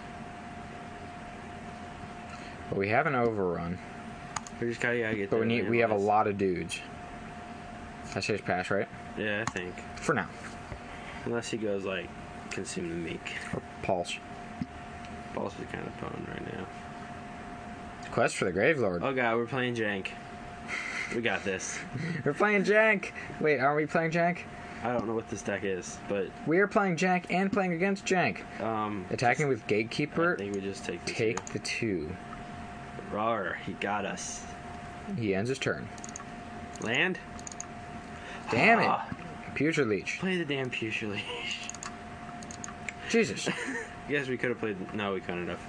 [SPEAKER 1] But we have an overrun.
[SPEAKER 2] We just gotta, gotta get.
[SPEAKER 1] But we
[SPEAKER 2] that
[SPEAKER 1] need.
[SPEAKER 2] land
[SPEAKER 1] We have a
[SPEAKER 2] wise.
[SPEAKER 1] lot of dudes. That's his pass, right?
[SPEAKER 2] Yeah, I think.
[SPEAKER 1] For now.
[SPEAKER 2] Unless he goes like consume the meek.
[SPEAKER 1] Or pulse.
[SPEAKER 2] Falls is kind of fun right now.
[SPEAKER 1] Quest for the Grave Lord.
[SPEAKER 2] Oh god, we're playing jank. We got this.
[SPEAKER 1] We're playing Jank. Wait, are we playing Jank?
[SPEAKER 2] I don't know what this deck is, but
[SPEAKER 1] We are playing Jank and playing against Jank.
[SPEAKER 2] um,
[SPEAKER 1] Attacking with
[SPEAKER 2] I
[SPEAKER 1] Gatekeeper.
[SPEAKER 2] think we just take this
[SPEAKER 1] Take
[SPEAKER 2] here.
[SPEAKER 1] the two.
[SPEAKER 2] Rawr, he got us.
[SPEAKER 1] He ends his turn.
[SPEAKER 2] Land.
[SPEAKER 1] Damn
[SPEAKER 2] Ah.
[SPEAKER 1] it! Computer Leech.
[SPEAKER 2] Play the damn Fuchsia Leash. <laughs>
[SPEAKER 1] Jesus.
[SPEAKER 2] Guess we could have played. No, we couldn't have.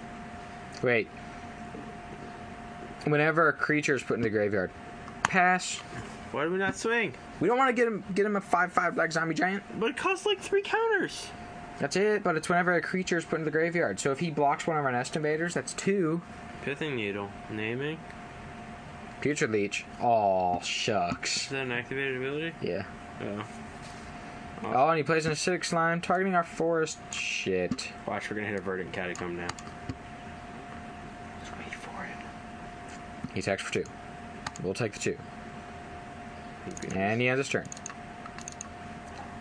[SPEAKER 1] Wait. Whenever a creature is put in the graveyard, pass.
[SPEAKER 2] Why did we not swing?
[SPEAKER 1] We don't want to get him get him a five five black zombie giant.
[SPEAKER 2] But it costs like three counters.
[SPEAKER 1] That's it. But it's whenever a creature is put in the graveyard. So if he blocks one of our nest invaders, that's two.
[SPEAKER 2] Pithing Needle. Naming.
[SPEAKER 1] Future Leech. Oh
[SPEAKER 2] Is
[SPEAKER 1] shucks.
[SPEAKER 2] that an activated ability?
[SPEAKER 1] Yeah.
[SPEAKER 2] Oh.
[SPEAKER 1] Oh, and he plays in a six line, targeting our forest. Shit.
[SPEAKER 2] Watch, we're gonna hit a Verdant Catacomb now. Just wait for it.
[SPEAKER 1] He attacks for two. We'll take the two. And he ends his turn.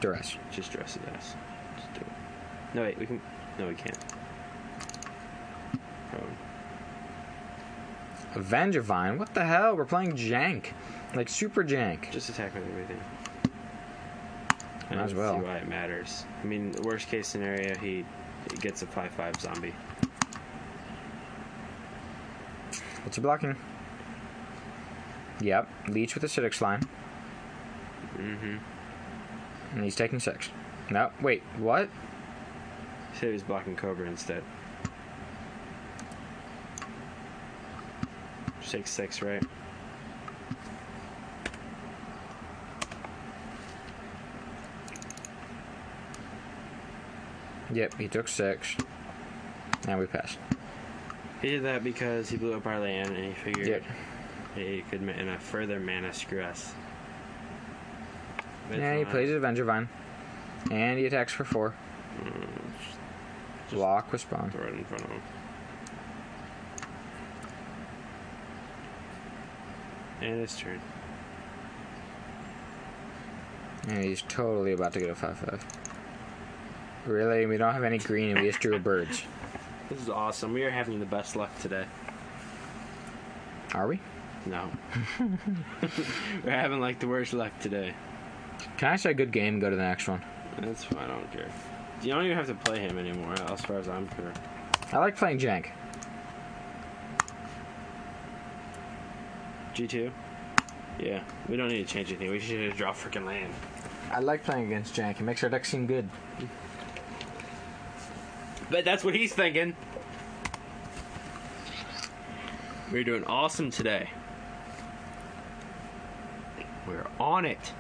[SPEAKER 1] Duress.
[SPEAKER 2] Just dress it ass. Just do it. No, wait, we can. No, we can't. Oh,
[SPEAKER 1] Vengevine? What the hell? We're playing Jank. Like Super Jank.
[SPEAKER 2] just attack with everything. I
[SPEAKER 1] Might as
[SPEAKER 2] don't
[SPEAKER 1] well.
[SPEAKER 2] See why it matters. I mean, worst case scenario, he, he gets a five-five zombie.
[SPEAKER 1] What's he blocking? Yep. Leech with acidic slime.
[SPEAKER 2] Mm-hmm.
[SPEAKER 1] And he's taking six. No, wait, what?
[SPEAKER 2] So he was blocking Cobra instead. Six six, right?
[SPEAKER 1] Yep, he took six. And we passed.
[SPEAKER 2] He did that because he blew up our land and he figured
[SPEAKER 1] Yep.
[SPEAKER 2] he could ma- in a further mana screw us.
[SPEAKER 1] Yeah, he
[SPEAKER 2] Vengevine.
[SPEAKER 1] plays his Vengevine. And he attacks for four.
[SPEAKER 2] Mm, Just
[SPEAKER 1] Block with spawn.
[SPEAKER 2] Throw it in front of him. And his turn.
[SPEAKER 1] And he's totally about to get a 5 5. Really? We don't have any green and we just drew a birds.
[SPEAKER 2] This is awesome. We are having the best luck today.
[SPEAKER 1] Are we? <laughs>
[SPEAKER 2] No. <laughs> We're having like the worst luck today.
[SPEAKER 1] Can I say good game and go to the next one?
[SPEAKER 2] That's fine. I don't care. You don't even have to play him anymore, as far as I'm concerned.
[SPEAKER 1] I like playing Jank.
[SPEAKER 2] G2? Yeah, we don't need to change anything. We should draw freaking land.
[SPEAKER 1] I like playing against Jank. It makes our deck seem good.
[SPEAKER 2] But that's what he's thinking. We're doing awesome today. We're on it.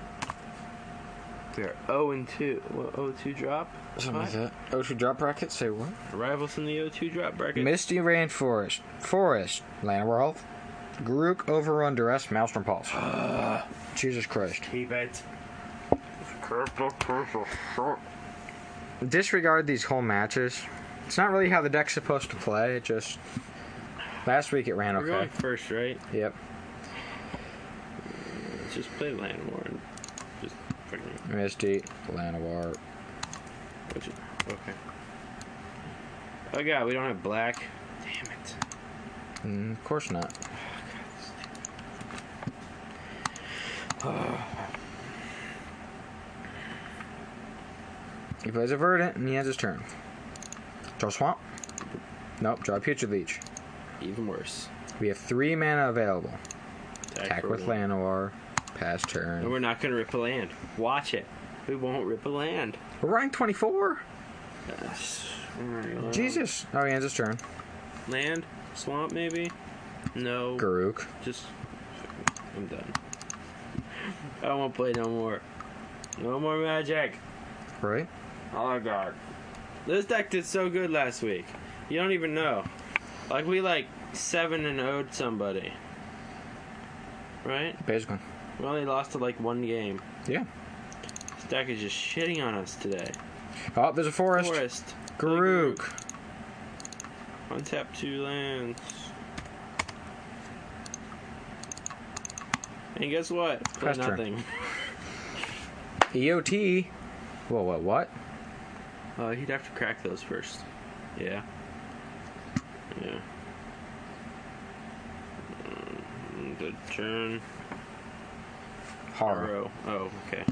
[SPEAKER 2] We're 0 and 2. What, 0 2 drop? What?
[SPEAKER 1] that. Ocean Oh, drop rocket. Say what?
[SPEAKER 2] Rivals in the 0 2 drop bracket.
[SPEAKER 1] Misty Rainforest. Forest. Landworld. Grook Overrun Duress Maelstrom Pulse. Jesus Christ.
[SPEAKER 2] Keep it.
[SPEAKER 1] Disregard these whole matches. It's not really how the deck's supposed to play. It just. Last week it ran
[SPEAKER 2] We're going
[SPEAKER 1] okay.
[SPEAKER 2] first, right?
[SPEAKER 1] Yep.
[SPEAKER 2] Let's just play land war and just freaking.
[SPEAKER 1] Misty. Llanowar.
[SPEAKER 2] Which, okay. Oh god, we don't have black. Damn it.
[SPEAKER 1] Mm, of course not. He plays a Verdant and he has his turn. Draw Swamp. Nope, draw Future Leech.
[SPEAKER 2] Even worse.
[SPEAKER 1] We have three mana available.
[SPEAKER 2] Attack,
[SPEAKER 1] Attack
[SPEAKER 2] for
[SPEAKER 1] with
[SPEAKER 2] one.
[SPEAKER 1] Llanowar. Pass
[SPEAKER 2] And
[SPEAKER 1] turn.
[SPEAKER 2] we're not gonna rip a land. Watch it. We won't rip a land.
[SPEAKER 1] We're ranked 24?
[SPEAKER 2] Alright,
[SPEAKER 1] Jesus. Oh, he ends his turn.
[SPEAKER 2] Land? Swamp maybe? No.
[SPEAKER 1] Garuk.
[SPEAKER 2] Just I'm done. <laughs> I won't play no more. No more magic.
[SPEAKER 1] Right?
[SPEAKER 2] Oh god. This deck did so good last week. You don't even know. Like we like seven and owed somebody. Right?
[SPEAKER 1] Basically.
[SPEAKER 2] We only lost to like one game.
[SPEAKER 1] Yeah.
[SPEAKER 2] This deck is just shitting on us today.
[SPEAKER 1] Oh, there's a forest.
[SPEAKER 2] Forest.
[SPEAKER 1] Garuk.
[SPEAKER 2] Untap two lands. And guess what? Play
[SPEAKER 1] Press turn.
[SPEAKER 2] nothing.
[SPEAKER 1] EOT. E Whoa, what, what?
[SPEAKER 2] Uh, he'd have to crack those first. Yeah. Yeah. Mm, Good turn.
[SPEAKER 1] Horror.
[SPEAKER 2] Row. Oh, okay.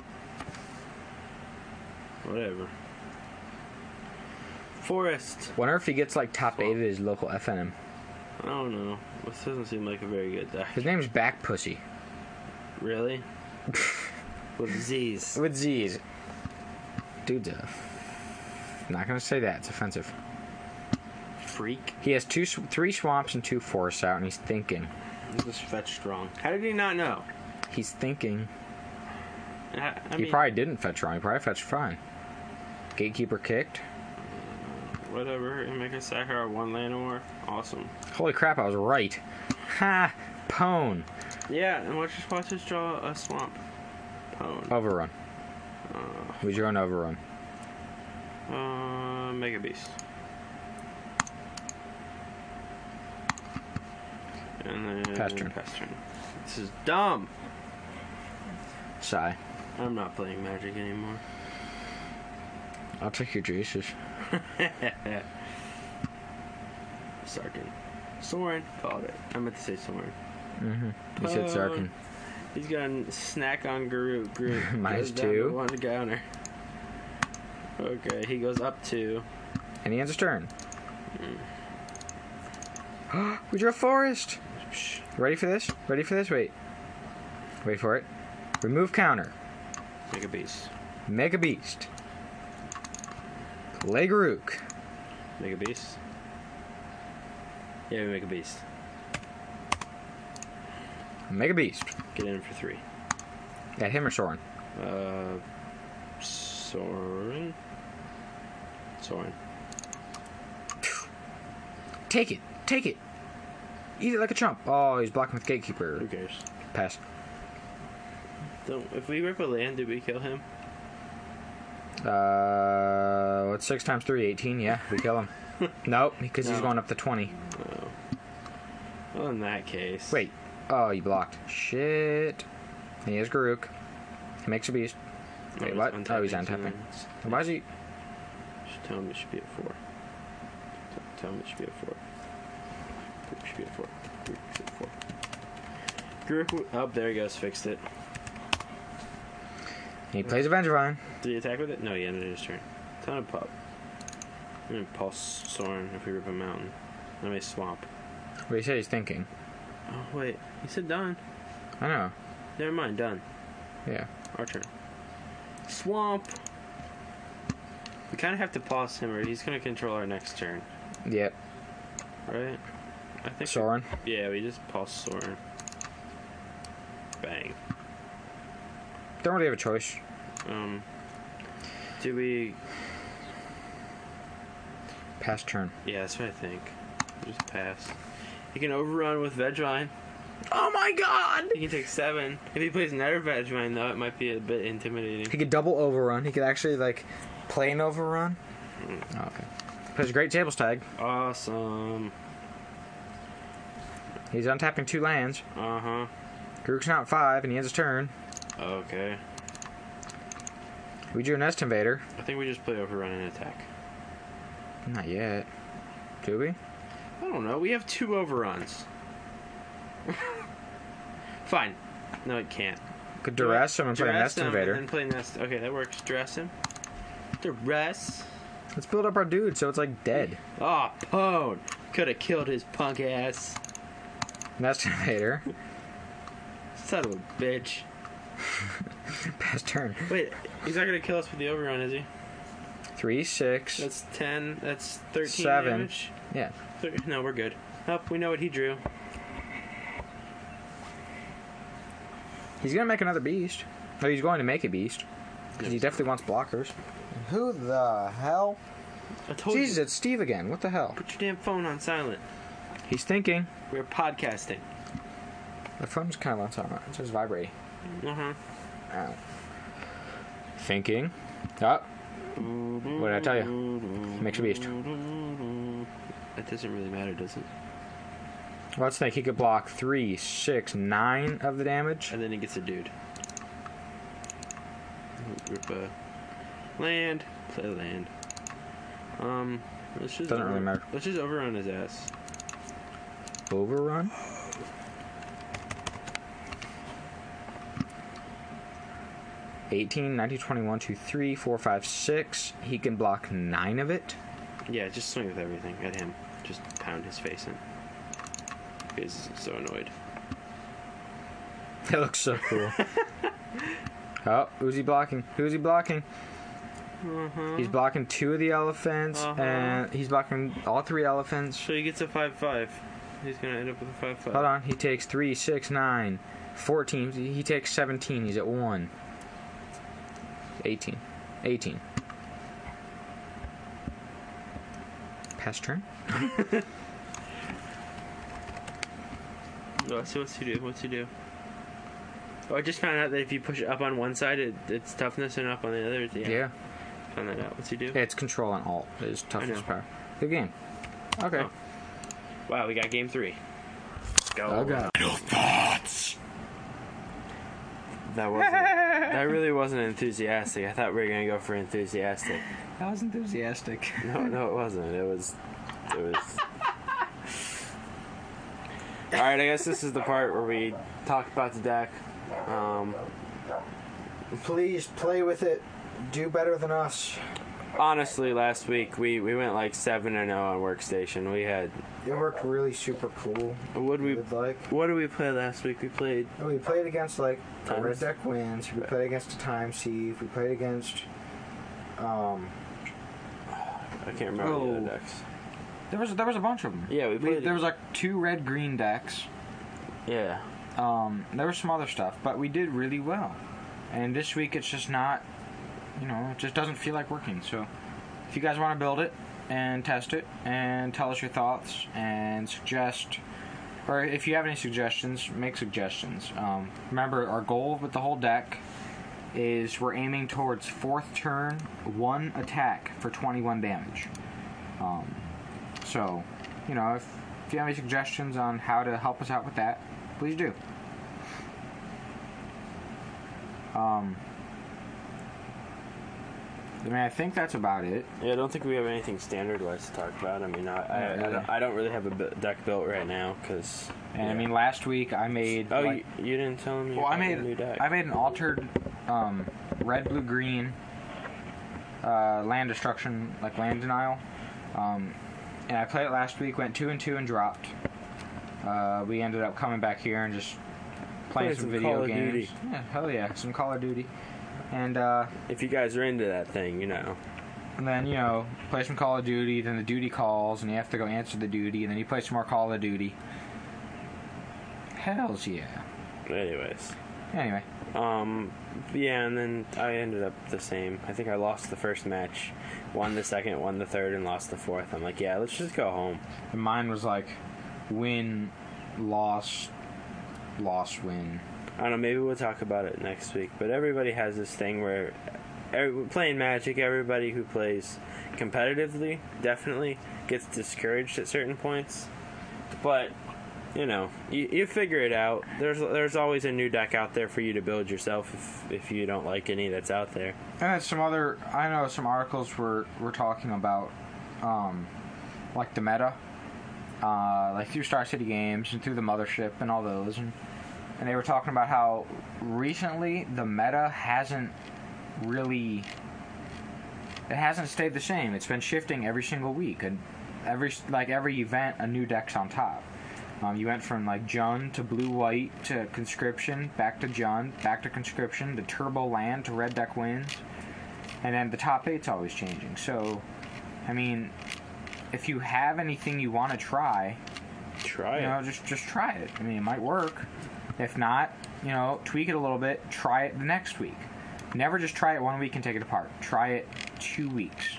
[SPEAKER 2] Whatever. Forest.
[SPEAKER 1] Wonder if he gets like top eight at his local FNM.
[SPEAKER 2] I don't know. This doesn't seem like a very good deck.
[SPEAKER 1] <laughs> His name's Back Pussy.
[SPEAKER 2] Really? With Z's.
[SPEAKER 1] With Z's. Dude's a. I'm not gonna say that. It's offensive.
[SPEAKER 2] Freak.
[SPEAKER 1] He has two, sw- three swamps and two forests out, and he's thinking.
[SPEAKER 2] This fetch strong. How did he not know?
[SPEAKER 1] He's thinking.
[SPEAKER 2] I, I
[SPEAKER 1] He
[SPEAKER 2] mean,
[SPEAKER 1] probably didn't fetch wrong. He probably fetched fine. Gatekeeper kicked.
[SPEAKER 2] whatever. And make a Sakura one land or more. Awesome.
[SPEAKER 1] Holy crap! I was right. Ha! Pwn.
[SPEAKER 2] Yeah, and watch us watch us draw a swamp. Pwn.
[SPEAKER 1] Overrun. We drew an overrun.
[SPEAKER 2] Uh, Mega Beast. And then
[SPEAKER 1] Pass turn.
[SPEAKER 2] turn. This is dumb.
[SPEAKER 1] Sigh.
[SPEAKER 2] I'm not playing Magic anymore.
[SPEAKER 1] I'll take your juices.
[SPEAKER 2] Sarkin. Soren called it. I meant to say Soren.
[SPEAKER 1] You said
[SPEAKER 2] Pwn.
[SPEAKER 1] Sarkin.
[SPEAKER 2] He's got a snack on Garou. Garou
[SPEAKER 1] Minus
[SPEAKER 2] goes down to
[SPEAKER 1] two.
[SPEAKER 2] One counter. Okay, he goes up two.
[SPEAKER 1] And he ends his turn. <gasps> we drew a forest.
[SPEAKER 2] Psh,
[SPEAKER 1] Ready for this? Ready for this? Wait. Wait for it. Remove counter.
[SPEAKER 2] Mega Beast.
[SPEAKER 1] Mega Beast. Legarook.
[SPEAKER 2] Mega Beast. Yeah, we make a beast.
[SPEAKER 1] Mega Beast.
[SPEAKER 2] Get in for three.
[SPEAKER 1] At him or Soren?
[SPEAKER 2] Uh, Soren. Soren.
[SPEAKER 1] Take it. Take it. Eat it like a chump. Oh, he's blocking with Gatekeeper.
[SPEAKER 2] Who cares?
[SPEAKER 1] Pass.
[SPEAKER 2] Don't. If we rip a land, do we kill him?
[SPEAKER 1] Uh, what's 6 times 3? 18, yeah. We kill him. nope, because he's
[SPEAKER 2] No.
[SPEAKER 1] going up to 20.
[SPEAKER 2] Well, in that case.
[SPEAKER 1] Wait. Oh, you blocked. Shit. And he has Garuk. He makes a beast.
[SPEAKER 2] No,
[SPEAKER 1] Wait,
[SPEAKER 2] he's
[SPEAKER 1] what? Oh, he's
[SPEAKER 2] untapping, so
[SPEAKER 1] untapping.
[SPEAKER 2] it's-
[SPEAKER 1] Why is he?
[SPEAKER 2] Should tell him it should be at four. T- Tell him it should be at four. Group should be at four. Group should be at four. Group. w- Oh, there he goes. Fixed it.
[SPEAKER 1] He plays Avengevine.
[SPEAKER 2] Did he attack with it? No, he ended his turn. Ton of pop. I'm gonna pulse Soren if we rip a mountain. I may swamp.
[SPEAKER 1] But he said he's thinking.
[SPEAKER 2] Oh wait, he said done.
[SPEAKER 1] I know.
[SPEAKER 2] Never mind, done.
[SPEAKER 1] Yeah.
[SPEAKER 2] Our turn. Swamp. We kind of have to pause him, or he's gonna control our next turn,
[SPEAKER 1] Yep.
[SPEAKER 2] right? I think.
[SPEAKER 1] Soren.
[SPEAKER 2] yeah, we just pause Soren. Bang.
[SPEAKER 1] Don't really have a choice.
[SPEAKER 2] Um. Do we?
[SPEAKER 1] Pass turn.
[SPEAKER 2] Yeah, that's what I think. Just pass. He can overrun with Vegvine.
[SPEAKER 1] Oh my god!
[SPEAKER 2] He can take seven. If he plays another Vegvine, though, it might be a bit intimidating.
[SPEAKER 1] He could double overrun. He could actually, like, play an overrun. Oh, okay. Plays a great tables tag.
[SPEAKER 2] Awesome.
[SPEAKER 1] He's untapping two lands.
[SPEAKER 2] Uh huh.
[SPEAKER 1] Garuk's not five, and he ends his turn.
[SPEAKER 2] Okay.
[SPEAKER 1] We drew a Nest Invader.
[SPEAKER 2] I think we just play overrun and attack.
[SPEAKER 1] Not yet. Do we?
[SPEAKER 2] I don't know. We have two overruns. <laughs> Fine. No, it can't.
[SPEAKER 1] Could duress him and play a
[SPEAKER 2] Duress
[SPEAKER 1] Nest
[SPEAKER 2] him
[SPEAKER 1] Invader.
[SPEAKER 2] And then play nest. Okay, that works. Dress him. Duress.
[SPEAKER 1] Let's build up our dude so it's like dead.
[SPEAKER 2] Aw, oh, Pwn. Could have killed his punk ass.
[SPEAKER 1] <laughs> Nest Invader.
[SPEAKER 2] Son of a bitch.
[SPEAKER 1] Pass turn.
[SPEAKER 2] Wait, he's not gonna kill us with the overrun, is he?
[SPEAKER 1] Three, six.
[SPEAKER 2] That's ten. That's thirteen
[SPEAKER 1] Seven.
[SPEAKER 2] damage.
[SPEAKER 1] yeah.
[SPEAKER 2] Thir- no, we're good. Up. We know what he drew.
[SPEAKER 1] He's gonna make another beast. No, he's going to make a beast. Because he definitely wants blockers. Who the hell?
[SPEAKER 2] I told
[SPEAKER 1] Jesus,
[SPEAKER 2] you.
[SPEAKER 1] it's Steve again. What the hell?
[SPEAKER 2] Put your damn phone on silent.
[SPEAKER 1] He's thinking.
[SPEAKER 2] We're podcasting.
[SPEAKER 1] The phone's kind of on silent. It's just vibrating.
[SPEAKER 2] Uh huh.
[SPEAKER 1] Ow. Thinking. Ah. What did I tell you? Makes a beast.
[SPEAKER 2] That doesn't really matter, does it?
[SPEAKER 1] Let's think. He could block three, six, nine of the damage.
[SPEAKER 2] And then he gets a dude. Rip a
[SPEAKER 5] uh,
[SPEAKER 2] land. Play land. Um, let's just
[SPEAKER 1] Doesn't really matter.
[SPEAKER 2] Let's just overrun his ass.
[SPEAKER 1] Overrun? Eighteen, nineteen, twenty-one, two, three, four, five, six. He can block nine of it. <laughs>
[SPEAKER 5] Yeah, just swing with everything at him. Just pound his face in. He's so annoyed.
[SPEAKER 1] That looks so cool. oh, who's he blocking? Who's he blocking? He's blocking two of the elephants,
[SPEAKER 5] Uh-huh.
[SPEAKER 1] and he's blocking all three elephants.
[SPEAKER 5] So he gets a five five. He's gonna end up with a five five.
[SPEAKER 1] Hold on, he takes three, six, nine, fourteen. He takes 17, he's at 1. 18. 18. Pass turn?
[SPEAKER 5] Oh, so what's he do? What's he do? Oh, I just found out that if you push it up on one side, it, it's toughness, and up on the other, it's, yeah.
[SPEAKER 1] Yeah. yeah.
[SPEAKER 5] Found that out. What's he do?
[SPEAKER 1] It's control and alt. It's toughness
[SPEAKER 5] know.
[SPEAKER 1] power. Good game. Okay.
[SPEAKER 5] Oh. Wow, we got game three. Go.
[SPEAKER 1] Oh, God.
[SPEAKER 2] That wasn't. that really wasn't enthusiastic. I thought we were gonna go for enthusiastic.
[SPEAKER 1] That was enthusiastic.
[SPEAKER 2] No, no, it wasn't. It was. It was. All right, I guess this is the part where we talk about the deck. Um,
[SPEAKER 1] <laughs> Please play with it. Do better than us.
[SPEAKER 2] honestly, last week we, we went like seven and zero on workstation. We had
[SPEAKER 1] It worked really super cool.
[SPEAKER 2] would we
[SPEAKER 1] like.
[SPEAKER 5] What did we play last week? We played.
[SPEAKER 1] And we played against like
[SPEAKER 5] Time
[SPEAKER 1] Red
[SPEAKER 5] Thief.
[SPEAKER 1] Deck Wins. We played against a Time Sieve. We played against. Um,
[SPEAKER 2] I can't remember the
[SPEAKER 1] Oh.
[SPEAKER 2] other decks.
[SPEAKER 1] there was there was a bunch of them.
[SPEAKER 2] Yeah, we played-
[SPEAKER 1] there was like two red green decks.
[SPEAKER 2] Yeah,
[SPEAKER 1] Um, there was some other stuff, but we did really well. And this week it's just not, you know, it just doesn't feel like working. So, if you guys want to build it and test it and tell us your thoughts and suggest, or if you have any suggestions, make suggestions. Um, remember, our goal with the whole deck is we're aiming towards fourth turn, one attack for 21 damage. Um, so, you know, if, if you have any suggestions on how to help us out with that, please do. Um, I mean, I think that's about it.
[SPEAKER 2] yeah. I don't think we have anything standard wise to talk about. I mean, I I,
[SPEAKER 1] Not
[SPEAKER 2] I,
[SPEAKER 1] really.
[SPEAKER 2] don't, I don't really have a bu- deck built right now because.
[SPEAKER 1] And I mean, last week I made.
[SPEAKER 2] Oh,
[SPEAKER 1] like-
[SPEAKER 2] you, you didn't tell me. you
[SPEAKER 1] well, I
[SPEAKER 2] bought a
[SPEAKER 1] made
[SPEAKER 2] new deck.
[SPEAKER 1] I made an altered um, red, blue, green uh, land destruction, like land denial. Um, and I played it last week. Went two and two and dropped. Uh, we ended up coming back here and just
[SPEAKER 2] Playing
[SPEAKER 1] playing some,
[SPEAKER 2] some
[SPEAKER 1] video
[SPEAKER 2] Call of
[SPEAKER 1] games.
[SPEAKER 2] Duty.
[SPEAKER 1] Yeah, hell yeah, some Call of Duty. And uh,
[SPEAKER 2] if you guys are into that thing, you know.
[SPEAKER 1] And then, you know, play some Call of Duty, then the duty calls, and you have to go answer the duty, and then you play some more Call of Duty. Hells yeah.
[SPEAKER 2] Anyways.
[SPEAKER 1] Anyway,
[SPEAKER 2] Um, yeah, and then I ended up the same. I think I lost the first match, won the second, won the third, and lost the fourth. I'm like, yeah, let's just go home.
[SPEAKER 1] and mine was like win, loss, loss, win.
[SPEAKER 2] I don't know, maybe we'll talk about it next week. But everybody has this thing where every, playing Magic, everybody who plays competitively definitely gets discouraged at certain points. But, you know, you, you figure it out. There's there's always a new deck out there for you to build yourself if, if you don't like any that's out there.
[SPEAKER 1] And then some other, I know some articles were, were talking about, um, like the meta, uh, like through Star City Games and through the Mothership and all those, and, and they were talking about how recently the meta hasn't really, it hasn't stayed the same. It's been shifting every single week, and every like every event, a new deck's on top. Um, you went from like Jun to Blue White to Conscription, back to Jun, back to Conscription, to Turbo Land to Red Deck Wins, and then the top eight's always changing. So, I mean, if you have anything you want to try,
[SPEAKER 2] Try
[SPEAKER 1] you
[SPEAKER 2] it.
[SPEAKER 1] know, just just try it. I mean, it might work. If not, you know, tweak it a little bit. Try it the next week. Never just try it one week and take it apart. Try it two weeks,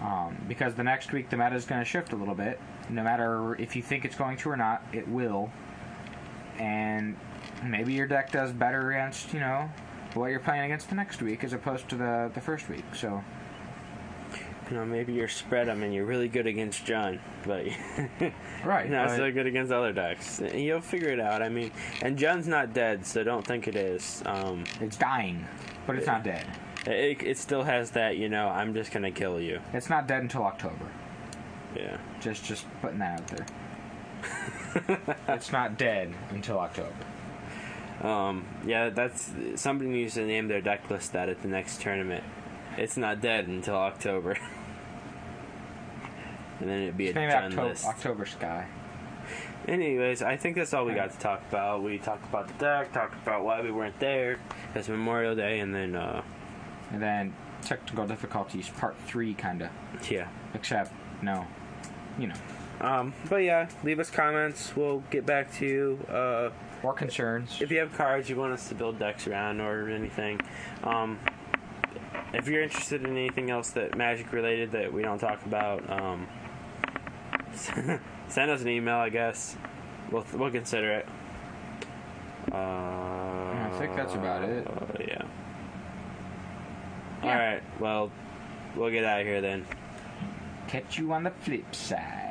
[SPEAKER 1] um, because the next week the meta is going to shift a little bit. No matter if you think it's going to or not, it will. And maybe your deck does better against you know what you're playing against the next week as opposed to the the first week. So
[SPEAKER 2] You know, maybe you're spread 'em and you're really good against John, but <laughs>
[SPEAKER 1] right,
[SPEAKER 2] you're not so good against other decks. You'll figure it out. I mean, and John's not dead, so don't think it is. Um,
[SPEAKER 1] it's dying, but it's not dead.
[SPEAKER 2] it, it still has that, you know, I'm just gonna kill you.
[SPEAKER 1] It's not dead until October.
[SPEAKER 2] Yeah.
[SPEAKER 1] Just just putting that out there. it's not dead until October.
[SPEAKER 2] Um, yeah, that's somebody needs to name their deck list that at the next tournament. It's not dead until October, <laughs> and then it'd be
[SPEAKER 1] It's
[SPEAKER 2] a
[SPEAKER 1] named
[SPEAKER 2] done
[SPEAKER 1] October,
[SPEAKER 2] list.
[SPEAKER 1] October Sky.
[SPEAKER 2] Anyways, I think that's all we got to talk about. We talked about the deck, talked about why we weren't there. That's Memorial Day, and then uh,
[SPEAKER 1] And then technical difficulties part three, kinda.
[SPEAKER 2] yeah.
[SPEAKER 1] Except no, you know,
[SPEAKER 2] Um, but yeah, leave us comments. We'll get back to you. Uh,
[SPEAKER 1] or concerns.
[SPEAKER 2] if you have cards you want us to build decks around or anything, um, if you're interested in anything else that magic related that we don't talk about, um, <laughs> send us an email. I guess we'll we'll consider it. Uh, I
[SPEAKER 1] think that's about it.
[SPEAKER 2] yeah. All right. Well, we'll get out of here then.
[SPEAKER 1] Catch you on the flip side.